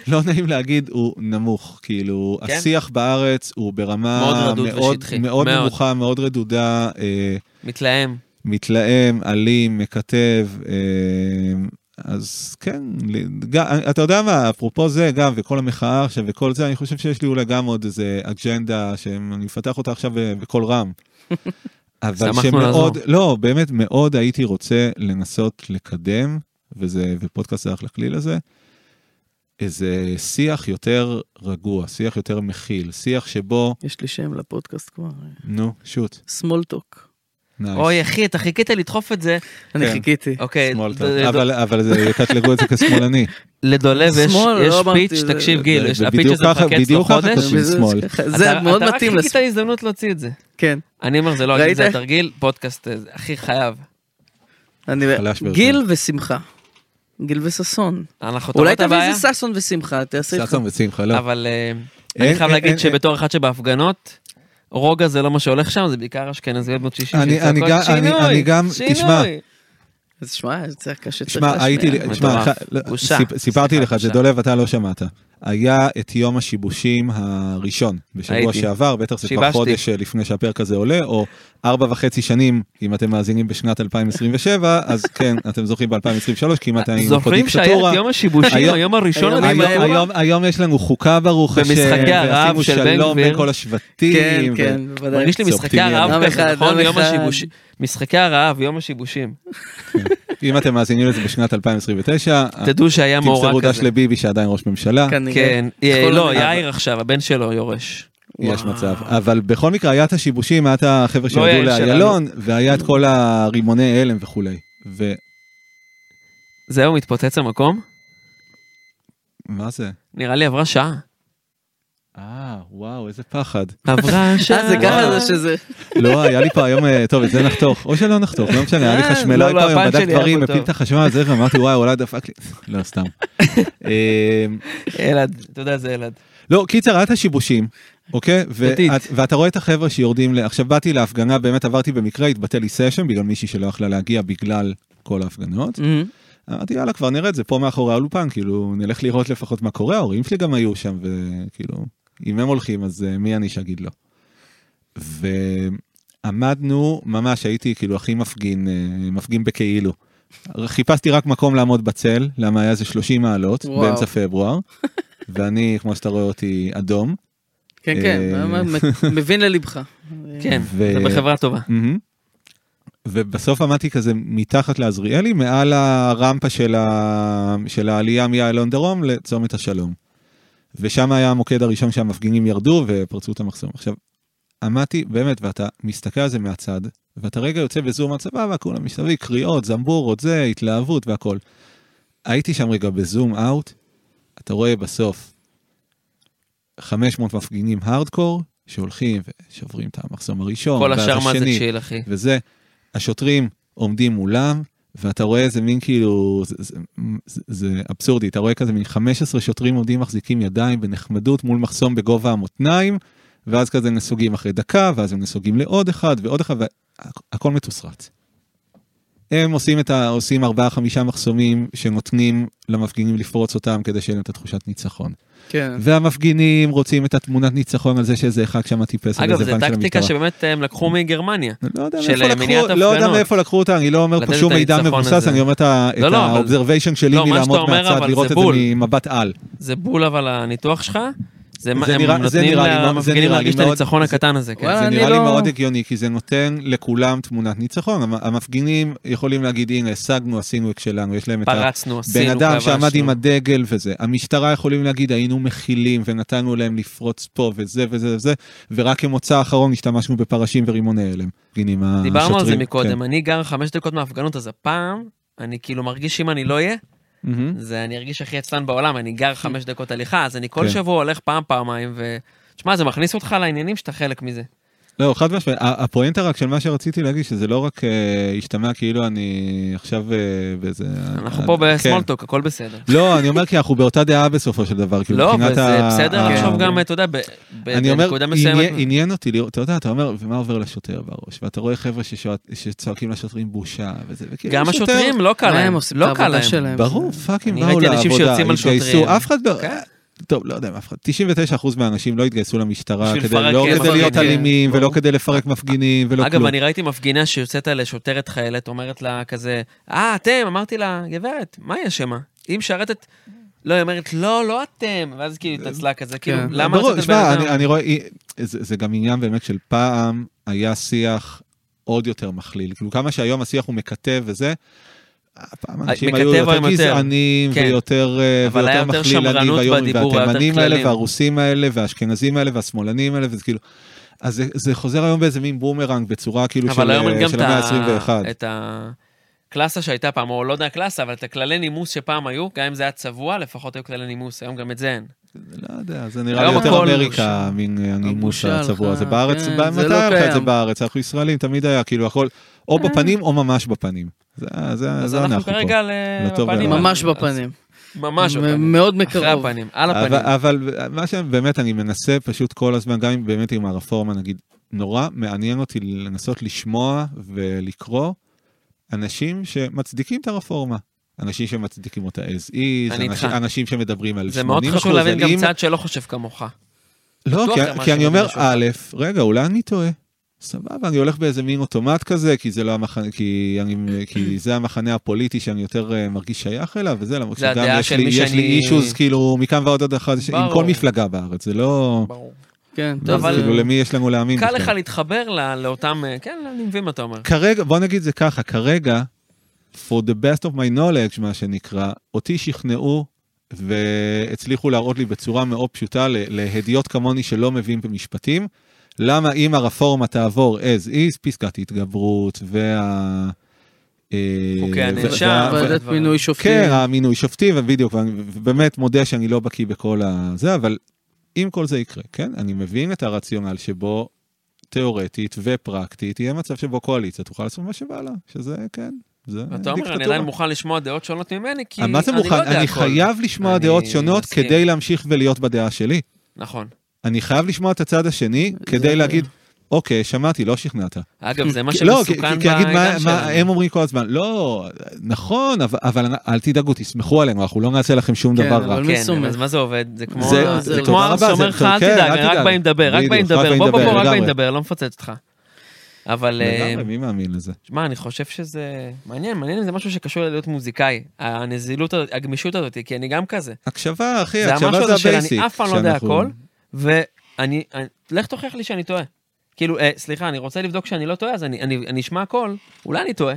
Speaker 4: לא נעים להגיד, הוא נמוך. כאילו,
Speaker 2: כן?
Speaker 4: השיח בארץ הוא
Speaker 2: מאוד
Speaker 4: ברמה
Speaker 2: רדוד
Speaker 4: מאוד,
Speaker 2: ושטחי.
Speaker 4: מאוד
Speaker 2: מאוד.
Speaker 4: נמוכה, מאוד רדודה, אה,
Speaker 2: מתלהם.
Speaker 4: מתלהם, אלים, מקטב. אה, אז כן, ל- גם- אתה יודע מה, אפרופו זה גם, וכל המחאה עכשיו וכל זה, אני חושב שיש לי אולי גם עוד איזה אג'נדה שאני מפתח אותה עכשיו ב- בקול
Speaker 2: (laughs)
Speaker 4: רם. אבל
Speaker 2: שמחנו
Speaker 4: שמאוד,
Speaker 2: לעזור.
Speaker 4: לא, באמת מאוד הייתי רוצה לנסות לקדם, וזה, ופודקאסט זה אחלה כלי לזה, איזה שיח יותר רגוע, שיח יותר מכיל, שיח שבו,
Speaker 3: יש לי שם לפודקאסט אה, כבר.
Speaker 4: נו, שוט,
Speaker 3: סמולטוק.
Speaker 4: נייס.
Speaker 2: אוי, אחי, אתה חיכית לדחוף את זה.
Speaker 3: אני
Speaker 4: כן.
Speaker 3: חיכיתי.
Speaker 2: אוקיי,
Speaker 4: שמאל טוב.
Speaker 2: ד- ד-
Speaker 4: אבל אבל זה
Speaker 2: (laughs)
Speaker 4: יקטלגו את זה כשמאלני.
Speaker 2: לדולב יש
Speaker 3: שמאל,
Speaker 2: יש
Speaker 3: לא אמרתי,
Speaker 2: פיץ',
Speaker 3: זה-
Speaker 2: תקשיב גיל,
Speaker 4: זה-
Speaker 2: יש-
Speaker 4: זה
Speaker 2: הפיץ'
Speaker 4: בדיוק
Speaker 2: הזה
Speaker 4: ככה-
Speaker 2: מחכה אצלו
Speaker 4: בדיוק ככה
Speaker 2: חודש.
Speaker 4: כותבים.
Speaker 3: וזה-
Speaker 4: שמאל.
Speaker 3: ככה, אה, זה
Speaker 2: אתה-
Speaker 3: מאוד
Speaker 2: אתה רק
Speaker 3: מתאים
Speaker 2: חיכית
Speaker 3: לספורט.
Speaker 2: הזדמנות להוציא את זה.
Speaker 3: כן.
Speaker 2: אני אומר, זה לא,
Speaker 3: ראית?
Speaker 2: זה התרגיל, פודקאסט, אה, הכי חייב.
Speaker 3: אני-
Speaker 4: חלש ביותר.
Speaker 3: גיל ושמחה. גיל וששון.
Speaker 2: אנחנו תורמים
Speaker 3: אולי
Speaker 2: את
Speaker 3: תביא
Speaker 2: הבעיה,
Speaker 3: איזה ששון ושמחה, תעשה איתך.
Speaker 4: ששון ושמחה, לא.
Speaker 2: אבל אה,
Speaker 4: אין-
Speaker 2: אני חייב
Speaker 4: אין-
Speaker 2: להגיד
Speaker 4: אין-
Speaker 2: שבתור אחד שבהפגנות, רוגע זה לא מה שהולך שם, זה בעיקר אשכנזיות בנות 60.
Speaker 4: אני-
Speaker 2: שצועקות,
Speaker 4: אני גם- אני-
Speaker 2: "שינוי,
Speaker 4: אני גם-
Speaker 2: שינוי".
Speaker 4: תשמע,
Speaker 3: אז שמע, זה צעקה שצריך
Speaker 4: שמע, הייתי,
Speaker 3: להשמיע.
Speaker 4: תשמע,
Speaker 2: מטורף.
Speaker 4: ח- לא,
Speaker 2: בושה.
Speaker 4: סיפ- סיפרתי
Speaker 2: סליחה,
Speaker 4: לך,
Speaker 2: בושה.
Speaker 4: ג'דולב, אתה לא שמעת. היה את יום השיבושים הראשון בשבוע
Speaker 2: הייתי.
Speaker 4: שעבר, בטח זה כבר
Speaker 2: שיבשתי.
Speaker 4: חודש אה, לפני שהפרק הזה עולה, או ארבע וחצי שנים, אם אתם מאזינים
Speaker 2: (laughs)
Speaker 4: בשנת 2027, אז כן, אתם זוכרים ב-2023, כמעט היינו פה
Speaker 2: זוכרים שהיה
Speaker 4: דיקטטורה.
Speaker 2: את יום השיבושים,
Speaker 4: היום-
Speaker 2: היום הראשון,
Speaker 3: היום-
Speaker 2: הזה?
Speaker 4: היום-
Speaker 3: האירוע?
Speaker 4: היום- היום יש לנו חוקה ברוך השם,
Speaker 2: במשחקי הרעב
Speaker 4: ועשינו
Speaker 2: של בן
Speaker 4: שלום בין
Speaker 2: גביר.
Speaker 4: כל
Speaker 3: כן,
Speaker 4: השבטים. ו-
Speaker 3: כן, בוודאי.
Speaker 2: מרגיש לי
Speaker 4: זה
Speaker 2: משחקי
Speaker 4: אופטימי,
Speaker 2: הרעב
Speaker 3: יום אחד,
Speaker 2: כזה, נכון?
Speaker 3: יום
Speaker 2: יום
Speaker 3: אחד.
Speaker 2: השיבושים. משחקי הרעב, יום השיבושים.
Speaker 4: אם אתם מאזינים לזה בשנת 2029,
Speaker 2: תדעו שהיה מאורע
Speaker 4: אה, תמסרו דש
Speaker 2: כזה.
Speaker 4: לביבי שעדיין ראש ממשלה.
Speaker 3: כנראה.
Speaker 2: כן, אה,
Speaker 3: כל
Speaker 2: לא,
Speaker 3: הלילה.
Speaker 2: יאיר עכשיו, הבן שלו יורש.
Speaker 4: יש
Speaker 3: וואו.
Speaker 4: מצב. אבל בכל מקרה, היה את השיבושים, היה את החבר'ה שירדו
Speaker 2: יעל
Speaker 4: לאיילון, והיה את כל הרימוני הלם וכולי. ומה
Speaker 2: זהו, מתפוצץ המקום?
Speaker 4: זה?
Speaker 2: נראה לי עברה שעה.
Speaker 4: אה, וואו, איזה פחד.
Speaker 2: עברה שעה.
Speaker 3: אה, זה ככה זה שזה...
Speaker 4: לא, היה לי פה היום, אה, טוב, את זה נחתוך, או שלא נחתוך, לא משנה, היה לי
Speaker 2: אה,
Speaker 4: חשמלאי
Speaker 2: לא, לא,
Speaker 4: פה היום,
Speaker 2: הפן
Speaker 4: בדק
Speaker 2: שלי היה
Speaker 4: דברים,
Speaker 2: פה
Speaker 4: הפיל
Speaker 2: טוב.
Speaker 4: את החשמל,
Speaker 2: (laughs)
Speaker 4: אז איך אמרתי, וואי, אולי דפק לי. לא, סתם. אה,
Speaker 2: אלעד, אתה יודע, זה אלעד.
Speaker 4: לא, קיצר, את השיבושים, אוקיי?
Speaker 3: דתית.
Speaker 4: ואת, ואתה רואה את החבר'ה שיורדים ל... עכשיו באתי להפגנה, באמת עברתי במקרה, התבטל לי סשן בגלל מישהי שלא יכלה להגיע בגלל כל ההפגנות.
Speaker 3: מהמם.
Speaker 4: אמרתי, יאללה, כבר נראה את זה פה מאחורי האולפן, כאילו, נלך לראות לפחות מה קורה, ההורים שלי גם היו שם, וכאילו, אם הם הולכים, אז אה, מי אני שאגיד לא. ועמדנו, ממש הייתי כאילו הכי מפגין, אה, מפגין בכאילו. חיפשתי רק מקום לעמוד בצל, למה היה איזה 30 מעלות
Speaker 3: וואו.
Speaker 4: באמצע פברואר, ואני, כמו שאתה רואה אותי, אדום.
Speaker 3: כן, כן,
Speaker 4: אה, (laughs)
Speaker 3: מ- מבין ללבך.
Speaker 2: כן,
Speaker 4: ו-
Speaker 2: זה בחברה טובה.
Speaker 4: מהמם. ובסוף עמדתי כזה מתחת לעזריאלי, מעל הרמפה של, ה... של העלייה מאיילון דרום לצומת השלום. ושם היה המוקד הראשון שהמפגינים ירדו ופרצו את המחסום. עכשיו, עמדתי, באמת, ואתה מסתכל על זה מהצד, ואתה רגע יוצא בזום עד סבבה, כולם מסביב, קריאות, זמבורות, זה, התלהבות והכל. הייתי שם רגע בזום אאוט, אתה רואה בסוף 500 מפגינים הארדקור, שהולכים ושוברים את המחסום הראשון,
Speaker 2: כל
Speaker 4: ואז
Speaker 2: השאר מה זה
Speaker 4: השני,
Speaker 2: צ'יל, אחי.
Speaker 4: וזה, השוטרים עומדים מולם, ואתה רואה איזה מין כאילו, זה, זה, זה, זה אבסורדי, אתה רואה כזה מין 15 שוטרים עומדים מחזיקים ידיים בנחמדות מול מחסום בגובה המותניים, ואז כזה נסוגים אחרי דקה, ואז הם נסוגים לעוד אחד ועוד אחד, והכל מתוסרט. הם עושים את ה... עושים ארבעה חמישה מחסומים שנותנים למפגינים לפרוץ אותם כדי שיהיה להם את התחושת ניצחון.
Speaker 2: אוקיי.
Speaker 3: כן.
Speaker 4: והמפגינים רוצים את התמונת ניצחון על זה שאיזה אחד שם טיפס על
Speaker 2: אגב,
Speaker 4: איזה
Speaker 2: זו
Speaker 4: בנק של
Speaker 2: טקטיקה
Speaker 4: המשטרה.
Speaker 2: שבאמת אה, הם לקחו מגרמניה.
Speaker 4: אני לא יודע
Speaker 2: של
Speaker 4: מאיפה
Speaker 2: מניעת
Speaker 4: לקחו- לא יודע
Speaker 2: הפגנות.
Speaker 4: מאיפה לקחו אותה, אני לא אומר
Speaker 2: לתת
Speaker 4: פה
Speaker 2: את
Speaker 4: שום מידע
Speaker 2: הניצחון
Speaker 4: מבוסס,
Speaker 2: הזה.
Speaker 4: אני אומר את ה- את
Speaker 2: לא, לא, אבל-
Speaker 4: ה-observation שלי
Speaker 2: לא, מה שאתה
Speaker 4: מלעמוד
Speaker 2: אומר,
Speaker 4: מהצד,
Speaker 2: אבל
Speaker 4: לראות
Speaker 2: זה
Speaker 4: את זה
Speaker 2: בול.
Speaker 4: ממבט על.
Speaker 2: זה בול אבל הניתוח שלך. זה מה-
Speaker 4: זה
Speaker 2: הם
Speaker 4: נראה- זה
Speaker 2: נותנים
Speaker 4: נראה לי מאוד- זה
Speaker 2: למפגינים
Speaker 4: נראה לי
Speaker 2: להרגיש את
Speaker 4: מאוד-
Speaker 2: הניצחון
Speaker 4: זה-
Speaker 2: הקטן הזה. כן.
Speaker 3: וואלה,
Speaker 4: זה
Speaker 3: אני
Speaker 4: נראה לי
Speaker 3: לא-
Speaker 4: מאוד הגיוני, כי זה נותן לכולם תמונת ניצחון. המ- המפגינים יכולים להגיד, הנה, השגנו, עשינו את שלנו, יש להם את ה...
Speaker 2: פרצנו, עשינו,
Speaker 4: בן אדם שעמד
Speaker 2: כבשנו.
Speaker 4: עם הדגל וזה. המשטרה יכולים להגיד, היינו מכילים ונתנו להם לפרוץ פה וזה וזה וזה, ורק כמוצא האחרון השתמשנו בפרשים ורימוני הלם. מפגינים
Speaker 2: דיברנו על זה
Speaker 4: השוטרים, כן.
Speaker 2: מקודם, אני גר חמש דקות מההפגנות, אז הפעם אני כאילו מרגיש שאם אני לא אהיה,
Speaker 4: כן. מהמם.
Speaker 2: זה אני ארגיש הכי עצלן בעולם, אני גר חמש דקות הליכה, אז אני
Speaker 4: כן.
Speaker 2: כל שבוע הולך פעם, פעמיים, ו... תשמע, זה מכניס אותך לעניינים שאתה חלק מזה.
Speaker 4: לא, חד משמעית. ה- הפואנטה רק של מה שרציתי להגיד, שזה לא רק אה, השתמע כאילו אני עכשיו אה, באיזה...
Speaker 2: אנחנו
Speaker 4: אה,
Speaker 2: פה
Speaker 4: כן.
Speaker 2: בסמולטוק, הכל בסדר.
Speaker 4: לא, אני אומר כי אנחנו באותה דעה בסופו של דבר, כאילו
Speaker 2: לא,
Speaker 4: מבחינת
Speaker 2: וזה
Speaker 4: ה-
Speaker 2: בסדר
Speaker 4: ה-
Speaker 2: לחשוב גם, אתה יודע, ב- ב-
Speaker 4: אני אומר,
Speaker 2: בנקודה
Speaker 4: עניין-
Speaker 2: מסוימת.
Speaker 4: עניין אותי לראות, אתה יודע, אתה אומר, ומה עובר לשוטר בראש? ואתה רואה חבר'ה ששוע- שצועקים לשוטרים בושה, וזה, וכאילו,
Speaker 2: גם
Speaker 4: שוטר-
Speaker 2: השוטרים, לא קל
Speaker 3: מה הם
Speaker 2: להם.
Speaker 3: עושים?
Speaker 2: לא
Speaker 3: את
Speaker 2: קל
Speaker 3: העבודה
Speaker 2: להם.
Speaker 3: שלהם.
Speaker 4: ברור, פאקינג
Speaker 2: אני
Speaker 4: באו
Speaker 2: ראיתי אנשים
Speaker 4: לעבודה,
Speaker 2: שיוצאים על
Speaker 4: התגייסו,
Speaker 2: שוטרים.
Speaker 4: אף אחד לא...
Speaker 2: כן.
Speaker 4: טוב, לא יודע, אם אף אחד, 99% מהאנשים לא התגייסו למשטרה,
Speaker 2: בשביל
Speaker 4: כדי-
Speaker 2: לפרק,
Speaker 4: לא
Speaker 2: אה,
Speaker 4: כדי להיות
Speaker 2: מפגינים.
Speaker 4: אלימים, ולא
Speaker 2: ברור.
Speaker 4: כדי לפרק מפגינים, ולא
Speaker 2: אגב,
Speaker 4: לא כלום.
Speaker 2: אני ראיתי מפגינה שיוצאת לשוטרת חיילת, אומרת לה כזה, אה, אתם, אמרתי לה, גברת, מה היא אשמה? היא משרתת... לא, היא אומרת, לא, לא אתם. ואז כאילו התעצלה כזה, כאילו,
Speaker 3: כן.
Speaker 2: למה
Speaker 4: ברור,
Speaker 2: לצאת על
Speaker 4: תשמע,
Speaker 2: בן
Speaker 4: אני,
Speaker 2: אדם?
Speaker 4: אני רואה, אי- זה, זה גם עניין באמת של פעם היה שיח עוד יותר מכליל. כאילו כמה שהיום השיח הוא מקטב וזה, פעם אנשים
Speaker 2: אה,
Speaker 4: היו
Speaker 2: מקטב
Speaker 4: יותר
Speaker 2: היום יותר.
Speaker 4: גזענים
Speaker 2: כן.
Speaker 4: ויותר אה,
Speaker 2: אבל
Speaker 4: ויותר
Speaker 2: היה יותר
Speaker 4: מכלילנים,
Speaker 2: שמרנות
Speaker 4: והיום-
Speaker 2: בדיבור, היה יותר
Speaker 4: והתימנים האלה,
Speaker 2: כללים.
Speaker 4: והרוסים האלה, והאשכנזים האלה, והשמאלנים האלה, וזה כאילו... אז זה, זה חוזר היום באיזה מין בומרנג בצורה כאילו של
Speaker 2: אבל היום אין
Speaker 4: אה,
Speaker 2: גם
Speaker 4: של
Speaker 2: את
Speaker 4: המאה
Speaker 2: ה-
Speaker 4: ה-21.
Speaker 2: את הקלאסה שהייתה פעם, או לא יודע קלאסה, אבל את הכללי נימוס שפעם היו, גם אם זה היה צבוע, לפחות היו כללי נימוס, היום גם את זה אין.
Speaker 4: לא יודע, זה נראה לי
Speaker 2: היום
Speaker 4: יותר
Speaker 2: הכל
Speaker 4: אמריקה, מין הנימוש
Speaker 3: הבושה
Speaker 4: הצבוע
Speaker 3: הלכה,
Speaker 4: הזה. בארץ,
Speaker 3: כן,
Speaker 4: ב-
Speaker 3: זה
Speaker 4: מתי
Speaker 3: לא
Speaker 4: היה לך את זה
Speaker 3: קיים.
Speaker 4: בארץ? אנחנו ישראלים, תמיד היה כאילו הכל או בפנים או ממש בפנים. זה- זה
Speaker 2: אז
Speaker 4: זה
Speaker 2: אנחנו
Speaker 4: אנחנו פה. לא
Speaker 2: כרגע ל-
Speaker 4: לטוב
Speaker 2: בפנים.
Speaker 4: ולרע.
Speaker 3: ממש
Speaker 2: אז-
Speaker 3: בפנים.
Speaker 2: ממש
Speaker 3: מ-
Speaker 2: בפנים.
Speaker 3: מאוד
Speaker 2: אחרי
Speaker 3: מקרוב.
Speaker 2: הפנים, על
Speaker 4: אבל-
Speaker 2: הפנים.
Speaker 4: אבל מה שבאמת אני מנסה פשוט כל הזמן, גם אם באמת עם הרפורמה נגיד, נורא מעניין אותי לנסות לשמוע ולקרוא אנשים שמצדיקים את הרפורמה. אנשים שמצדיקים אותה as is,
Speaker 2: אני
Speaker 4: אנשים-
Speaker 2: איתך.
Speaker 4: אנשים שמדברים על 80%.
Speaker 2: זה מאוד חשוב להבין גם
Speaker 4: אם-
Speaker 2: צד שלא חושב כמוך.
Speaker 4: לא,
Speaker 2: בטוח
Speaker 4: כי,
Speaker 2: גם מה
Speaker 4: כי אני
Speaker 2: שאומרים
Speaker 4: אומר,
Speaker 2: משהו
Speaker 4: א', רגע, אולי אני טועה. סבבה, אני הולך באיזה מין אוטומט כזה, כי זה לא המחנה, כי, אני, כי זה המחנה הפוליטי שאני יותר אה, מרגיש שייך אליו, וזה, למרות
Speaker 2: זה
Speaker 4: שגם
Speaker 2: הדעה
Speaker 4: יש
Speaker 2: של
Speaker 4: לי,
Speaker 2: מי
Speaker 4: יש לי
Speaker 2: שאני-
Speaker 4: אישוז, כאילו, מכאן ועוד עוד אחד, ש- עם
Speaker 2: ברור.
Speaker 4: כל מפלגה בארץ, זה לא...
Speaker 2: ברור.
Speaker 3: כן,
Speaker 4: אז
Speaker 3: טוב,
Speaker 2: אבל-
Speaker 4: כאילו, למי יש לנו להאמין?
Speaker 2: קל
Speaker 4: בכלל?
Speaker 2: לך להתחבר ל- לאותם, אה, כן, אני מבין מה אתה אומר.
Speaker 4: כרגע, בוא נגיד זה ככה, כרגע, for the best of my knowledge, מה שנקרא, אותי שכנעו והצליחו להראות לי בצורה מאוד פשוטה ל- להדיוט כמוני שלא מבין במשפטים, למה אם הרפורמה תעבור as is, פסקת התגברות וה... אה,
Speaker 2: חוקי
Speaker 4: ו-
Speaker 2: הנאשם,
Speaker 4: וה-
Speaker 2: אבל-
Speaker 3: ועדת מינוי שופטים.
Speaker 4: כן, המינוי שופטים, ובדיוק, ואני באמת מודה שאני לא בקיא בכל הזה, אבל אם כל זה יקרה, כן? אני מבין את הרציונל שבו תיאורטית ופרקטית יהיה מצב שבו קואליציה תוכל לעשות מה שבא לה, שזה, כן, זה
Speaker 2: ואתה אומר, אני עדיין מוכן לשמוע דעות שונות ממני, כי
Speaker 4: אה,
Speaker 2: אני
Speaker 4: מה זה
Speaker 2: לא
Speaker 4: מוכן?
Speaker 2: יודע
Speaker 4: אני
Speaker 2: הכל.
Speaker 4: חייב לשמוע
Speaker 2: אני
Speaker 4: דעות שונות
Speaker 2: מסכים.
Speaker 4: כדי להמשיך ולהיות בדעה שלי.
Speaker 2: נכון.
Speaker 4: אני חייב לשמוע את הצד השני
Speaker 2: לא
Speaker 4: כדי להגיד, אוקיי, שמעתי, לא שכנעת.
Speaker 2: אגב, זה מה
Speaker 4: כי- לא, כי-
Speaker 2: שמסוכן
Speaker 4: כי- כי להגיד מה-
Speaker 2: בעידן
Speaker 4: מה הם
Speaker 2: שלנו.
Speaker 4: אומרים כל הזמן, לא, נכון, אבל- אבל אל תדאגו, תסמכו עלינו, אנחנו לא נעשה לכם שום
Speaker 3: כן,
Speaker 4: דבר
Speaker 3: אבל
Speaker 4: רע.
Speaker 3: מי
Speaker 2: כן,
Speaker 3: סומך?
Speaker 2: אז מה זה עובד? זה כמו
Speaker 4: זה-
Speaker 2: ה-
Speaker 3: זה
Speaker 2: זה
Speaker 3: תודה
Speaker 2: כמו הרב
Speaker 4: רבה, זה-
Speaker 2: שאומר לך,
Speaker 4: כן,
Speaker 2: אל
Speaker 4: אל
Speaker 2: תדאג, אני רק
Speaker 4: תדאג."
Speaker 2: באים לדבר, רק
Speaker 4: בדיוק,
Speaker 2: באים
Speaker 4: רק
Speaker 2: לדבר,
Speaker 4: באים
Speaker 2: בוא בוא בוא,
Speaker 4: לדבר,
Speaker 2: רק באים
Speaker 4: לגמרי.
Speaker 2: לדבר, לא מפוצץ אותך. אבל... אה,
Speaker 4: לגמרי, מי מאמין לזה?
Speaker 2: שמע, אני חושב שזה... מעניין, מעניין אם זה משהו שקשור ללהיות מוזיקאי. הנזילות, הזאת, הגמישות הזאת, כי אני גם כזה.
Speaker 4: הקשבה, אחי,
Speaker 2: זה
Speaker 4: כן, הקשבה
Speaker 2: המשהו הזה
Speaker 4: זה
Speaker 2: של
Speaker 4: הבייסיק.
Speaker 2: אני אף פעם לא יודע
Speaker 4: שאנחנו-
Speaker 2: הכל, ואני... אני- לך תוכיח לי שאני טועה. כאילו, אה, סליחה, אני רוצה לבדוק שאני לא טועה, אז אני- אני אני אשמע הכל, אולי אני טועה.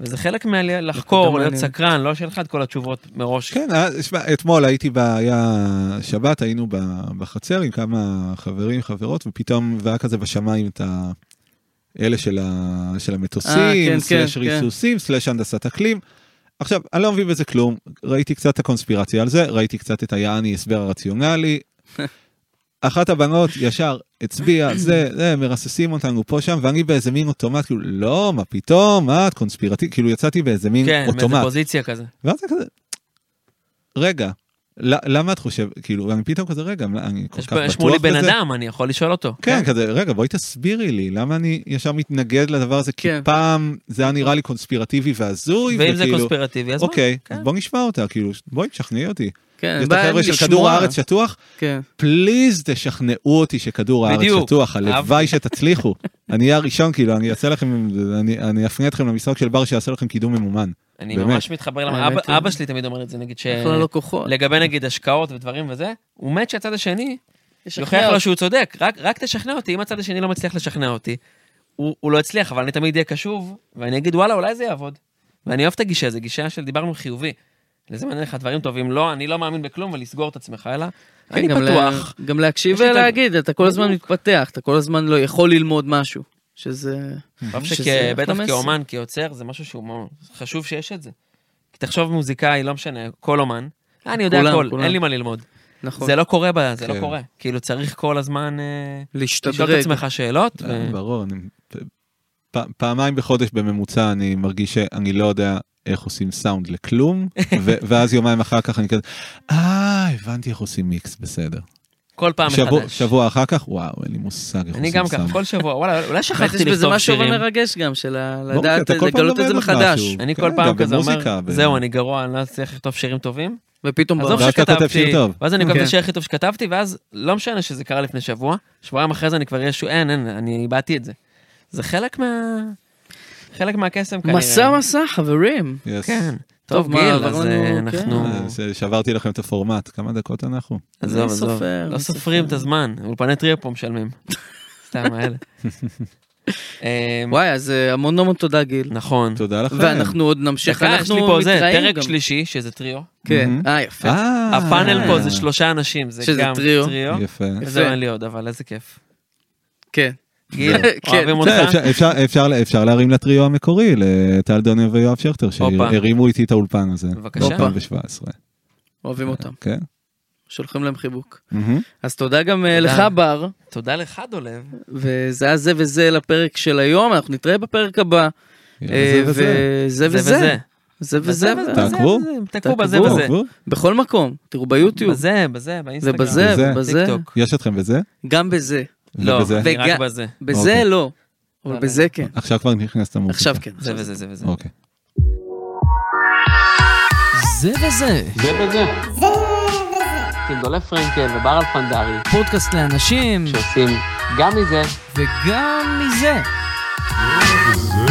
Speaker 2: וזה חלק
Speaker 4: לא
Speaker 2: מלחקור, להיות
Speaker 3: מעניין.
Speaker 2: סקרן, לא שיהיה לך את כל התשובות מראש.
Speaker 4: כן, אה, שמע, אתמול הייתי, ב- היה שבת, היינו ב- בחצר עם כמה חברים, חברות, ופתאום והיה כזה בשמיים את ה... אלה של, ה... של
Speaker 3: אה,
Speaker 4: המטוסים,
Speaker 3: כן,
Speaker 4: סלאש
Speaker 3: כן,
Speaker 4: ריסוסים, סלאש הנדסת אקלים. עכשיו, אני לא מבין בזה כלום, ראיתי קצת את הקונספירציה על זה, ראיתי קצת את היעני הסבר
Speaker 3: (laughs)
Speaker 4: הרציונלי. אחת הבנות ישר הצביעה, זה, זה, מרססים אותנו פה שם, ואני באיזה מין אוטומט, כאילו, לא, מה פתאום, מה, את קונספירטיבית, כאילו יצאתי באיזה מין
Speaker 2: כן, מאיזה
Speaker 4: אוטומט.
Speaker 2: פוזיציה כזה.
Speaker 4: ואז אתה כזה, רגע, ל- למה את חושבת, כאילו, אני פתאום כזה, רגע, אני כל
Speaker 2: יש
Speaker 4: כך
Speaker 2: פה-
Speaker 4: בטוח בזה.
Speaker 2: יש מולי בן אדם, אני יכול לשאול אותו.
Speaker 4: כן, כזה, רגע, בואי תסבירי לי, למה אני ישר מתנגד לדבר הזה? כי
Speaker 3: כן.
Speaker 4: פעם זה היה נראה לי קונספירטיבי והזוי,
Speaker 2: ואם זה
Speaker 4: וכאילו,
Speaker 2: קונספירטיבי, אז מה?
Speaker 4: כאילו- אוקיי,
Speaker 2: כן.
Speaker 4: אז בוא נשמע אותה, כאילו, בואי תשכנעי אותי.
Speaker 3: כן,
Speaker 4: יש את
Speaker 3: בא
Speaker 4: החבר'ה של
Speaker 3: לשמוע.
Speaker 4: כדור הארץ שטוח,
Speaker 3: כן.
Speaker 4: פליז תשכנעו אותי שכדור הארץ
Speaker 2: בדיוק.
Speaker 4: שטוח, הלוואי שתצליחו. אני אהיה הראשון, כאילו, אני אעשה לכם, אני- אני אפנה אתכם למשחק של בר שיעשה לכם קידום ממומן.
Speaker 2: אני
Speaker 4: באמת.
Speaker 2: ממש מתחבר למה,
Speaker 3: האמת
Speaker 2: אבא-
Speaker 3: היא-
Speaker 2: אבא שלי תמיד אומר את זה, נגיד, ש-
Speaker 3: בכלל לא כוחות.
Speaker 2: לגבי נגיד השקעות ודברים וזה, הוא מת שהצד השני
Speaker 3: לשכנע
Speaker 2: יוכיח
Speaker 3: אותו.
Speaker 2: לו שהוא צודק, רק- רק תשכנע אותי, אם הצד השני לא מצליח לשכנע אותי, הוא הוא לא יצליח, אבל אני תמיד אהיה קשוב, ואני אגיד וואלה, אולי זה יעבוד. ואני אוהב את הגישה, זו גישה של דיברנו חיובי. לזה מעניין לך דברים טובים, לא, אני לא מאמין בכלום ולסגור את עצמך, אלא
Speaker 3: כן,
Speaker 2: אני
Speaker 3: גם ל-
Speaker 2: פתוח.
Speaker 3: גם להקשיב
Speaker 2: יש לי את ה-
Speaker 3: ולהגיד, אתה כל הזמן מתפתח, אתה כל הזמן לא יכול ללמוד משהו. שזה...
Speaker 2: אני חושב
Speaker 3: שזה
Speaker 2: שכ-
Speaker 3: אחלה
Speaker 2: בטח
Speaker 3: מסר.
Speaker 2: כאומן, כיוצר, זה משהו שהוא מאוד- חשוב שיש את זה. כי תחשוב מוזיקאי, לא משנה, כל אומן, "אה, אני יודע
Speaker 3: כולם,
Speaker 2: הכל,
Speaker 3: כולם.
Speaker 2: אין לי מה ללמוד.
Speaker 3: נכון.
Speaker 2: זה לא קורה, ב- זה לא
Speaker 4: כן.
Speaker 2: קורה. כאילו צריך כל הזמן אה, לשאול את
Speaker 3: להשתדרג.
Speaker 2: עצמך שאלות. ו-
Speaker 4: אה, ברור, אני... פ- פעמיים בחודש בממוצע אני מרגיש שאני לא יודע איך עושים סאונד
Speaker 2: (laughs)
Speaker 4: לכלום, ו- ואז יומיים אחר כך אני כזה, אה, הבנתי איך עושים מיקס, בסדר.
Speaker 2: כל פעם
Speaker 4: שבוע-
Speaker 2: מחדש.
Speaker 4: שבוע אחר כך, וואו, אין לי מושג איך
Speaker 2: אני
Speaker 4: עושים
Speaker 2: גם
Speaker 4: סאונד.
Speaker 2: ככה, כל שבוע, וואלה, אולי
Speaker 3: האמת,
Speaker 2: שכחתי
Speaker 3: יש בזה
Speaker 2: לכתוב
Speaker 3: משהו
Speaker 2: שירים.
Speaker 3: מרגש גם, של ה-
Speaker 4: ברור, כי
Speaker 3: לדעת,
Speaker 4: אתה כל פעם
Speaker 3: לגלות את
Speaker 4: לומד
Speaker 3: זה
Speaker 4: עוד
Speaker 3: מחדש.
Speaker 4: משהו.
Speaker 2: אני כל
Speaker 4: כן,
Speaker 2: פעם
Speaker 4: גם
Speaker 2: כזה אומר,
Speaker 4: במוזיקה, ב-
Speaker 2: זהו, אני גרוע, אני לא אצליח לכתוב שירים טובים.
Speaker 3: ופתאום...
Speaker 2: עזוב
Speaker 3: ברח.
Speaker 4: ואז אתה כותב
Speaker 2: שכתבתי,
Speaker 4: שיר טוב.
Speaker 2: ואז אני כותב את
Speaker 3: כן.
Speaker 2: השיר הכי טוב שכתבתי, ואז לא משנה שזה קרה לפני שבוע, שבועיים אחרי זה אני כבר אהיה שהוא, אין, אין, אני איבדתי את זה. זה חלק מה... חלק מהקסם כנראה.
Speaker 3: מסע מסע, חברים.
Speaker 4: Yes.
Speaker 2: כן.
Speaker 3: טוב,
Speaker 2: טוב,
Speaker 3: מה,
Speaker 2: גיל,
Speaker 3: עברנו,
Speaker 2: אז אה,
Speaker 3: כן.
Speaker 2: אנחנו...
Speaker 4: אה, ש- שברתי לכם את הפורמט, כמה דקות אנחנו?
Speaker 2: עזוב,
Speaker 3: מי
Speaker 2: עזוב.
Speaker 3: סופר,
Speaker 2: לא
Speaker 3: מי
Speaker 2: סופרים את
Speaker 3: סופר.
Speaker 2: הזמן, אולפני טריו פה משלמים. סתם, האלה. אמ,
Speaker 3: וואי, אז אה, המון המון תודה, גיל.
Speaker 2: נכון.
Speaker 4: תודה לכם.
Speaker 3: (laughs) ואנחנו עוד נמשיך,
Speaker 2: דקה, יש לי
Speaker 3: אנחנו
Speaker 2: פה זה,
Speaker 3: מתראים
Speaker 2: פרק
Speaker 3: גם.
Speaker 2: שלישי, שזה טריו.
Speaker 3: כן,
Speaker 4: Mhm.
Speaker 3: אה, יפה.
Speaker 4: אה,
Speaker 2: הפאנל פה זה שלושה אנשים, זה
Speaker 3: שזה
Speaker 2: גם
Speaker 3: טריו.
Speaker 2: טריו.
Speaker 4: יפה.
Speaker 2: וזהו, אין לי עוד, אבל איזה כיף.
Speaker 3: כן.
Speaker 2: גיל,
Speaker 3: כן.
Speaker 2: אוהבים אותך?
Speaker 4: בסדר, אפשר- אפשר- אפשר- אפשר להרים לטריו המקורי, לטל דוניו ויואב שכטר,
Speaker 2: הופה.
Speaker 4: שהרימו איתי את האולפן הזה.
Speaker 2: בבקשה.
Speaker 4: ב-2017.
Speaker 3: אוהבים אותם.
Speaker 4: כן.
Speaker 3: שולחים להם חיבוק.
Speaker 4: מהמם.
Speaker 3: אז תודה גם אה,
Speaker 2: תודה.
Speaker 3: לך, בר.
Speaker 2: תודה לך, דולב.
Speaker 3: וזה היה זה וזה לפרק של היום, אנחנו נתראה בפרק הבא. אה,
Speaker 4: יאללה, זה וזה.
Speaker 3: וזה וזה. זה וזה.
Speaker 4: תעקבו.
Speaker 2: תעקבו בזה
Speaker 3: תעקבו.
Speaker 2: וזה.
Speaker 4: עקבו.
Speaker 3: בכל מקום, תראו ביוטיוב.
Speaker 2: בזה, בזה, באינסטגרם.
Speaker 3: ובזה,
Speaker 4: בזה.
Speaker 3: ובזה.
Speaker 2: טיקטוק.
Speaker 4: יש אתכם בזה?
Speaker 3: גם בזה.
Speaker 2: לא,
Speaker 4: ובזה?
Speaker 2: אני רק
Speaker 3: וגם-
Speaker 2: בזה.
Speaker 3: בזה
Speaker 4: אוקיי.
Speaker 3: לא, אבל בזה כן.
Speaker 4: עכשיו כבר נכנסת המוזיקה.
Speaker 3: עכשיו כן.
Speaker 2: זה וזה, זה וזה.
Speaker 4: אוקיי.
Speaker 1: זה וזה,
Speaker 2: זה וזה. עם דולב פרנקל וברל פנדרי,
Speaker 1: פודקאסט לאנשים
Speaker 2: שעושים גם מזה
Speaker 1: וגם מזה.
Speaker 5: זה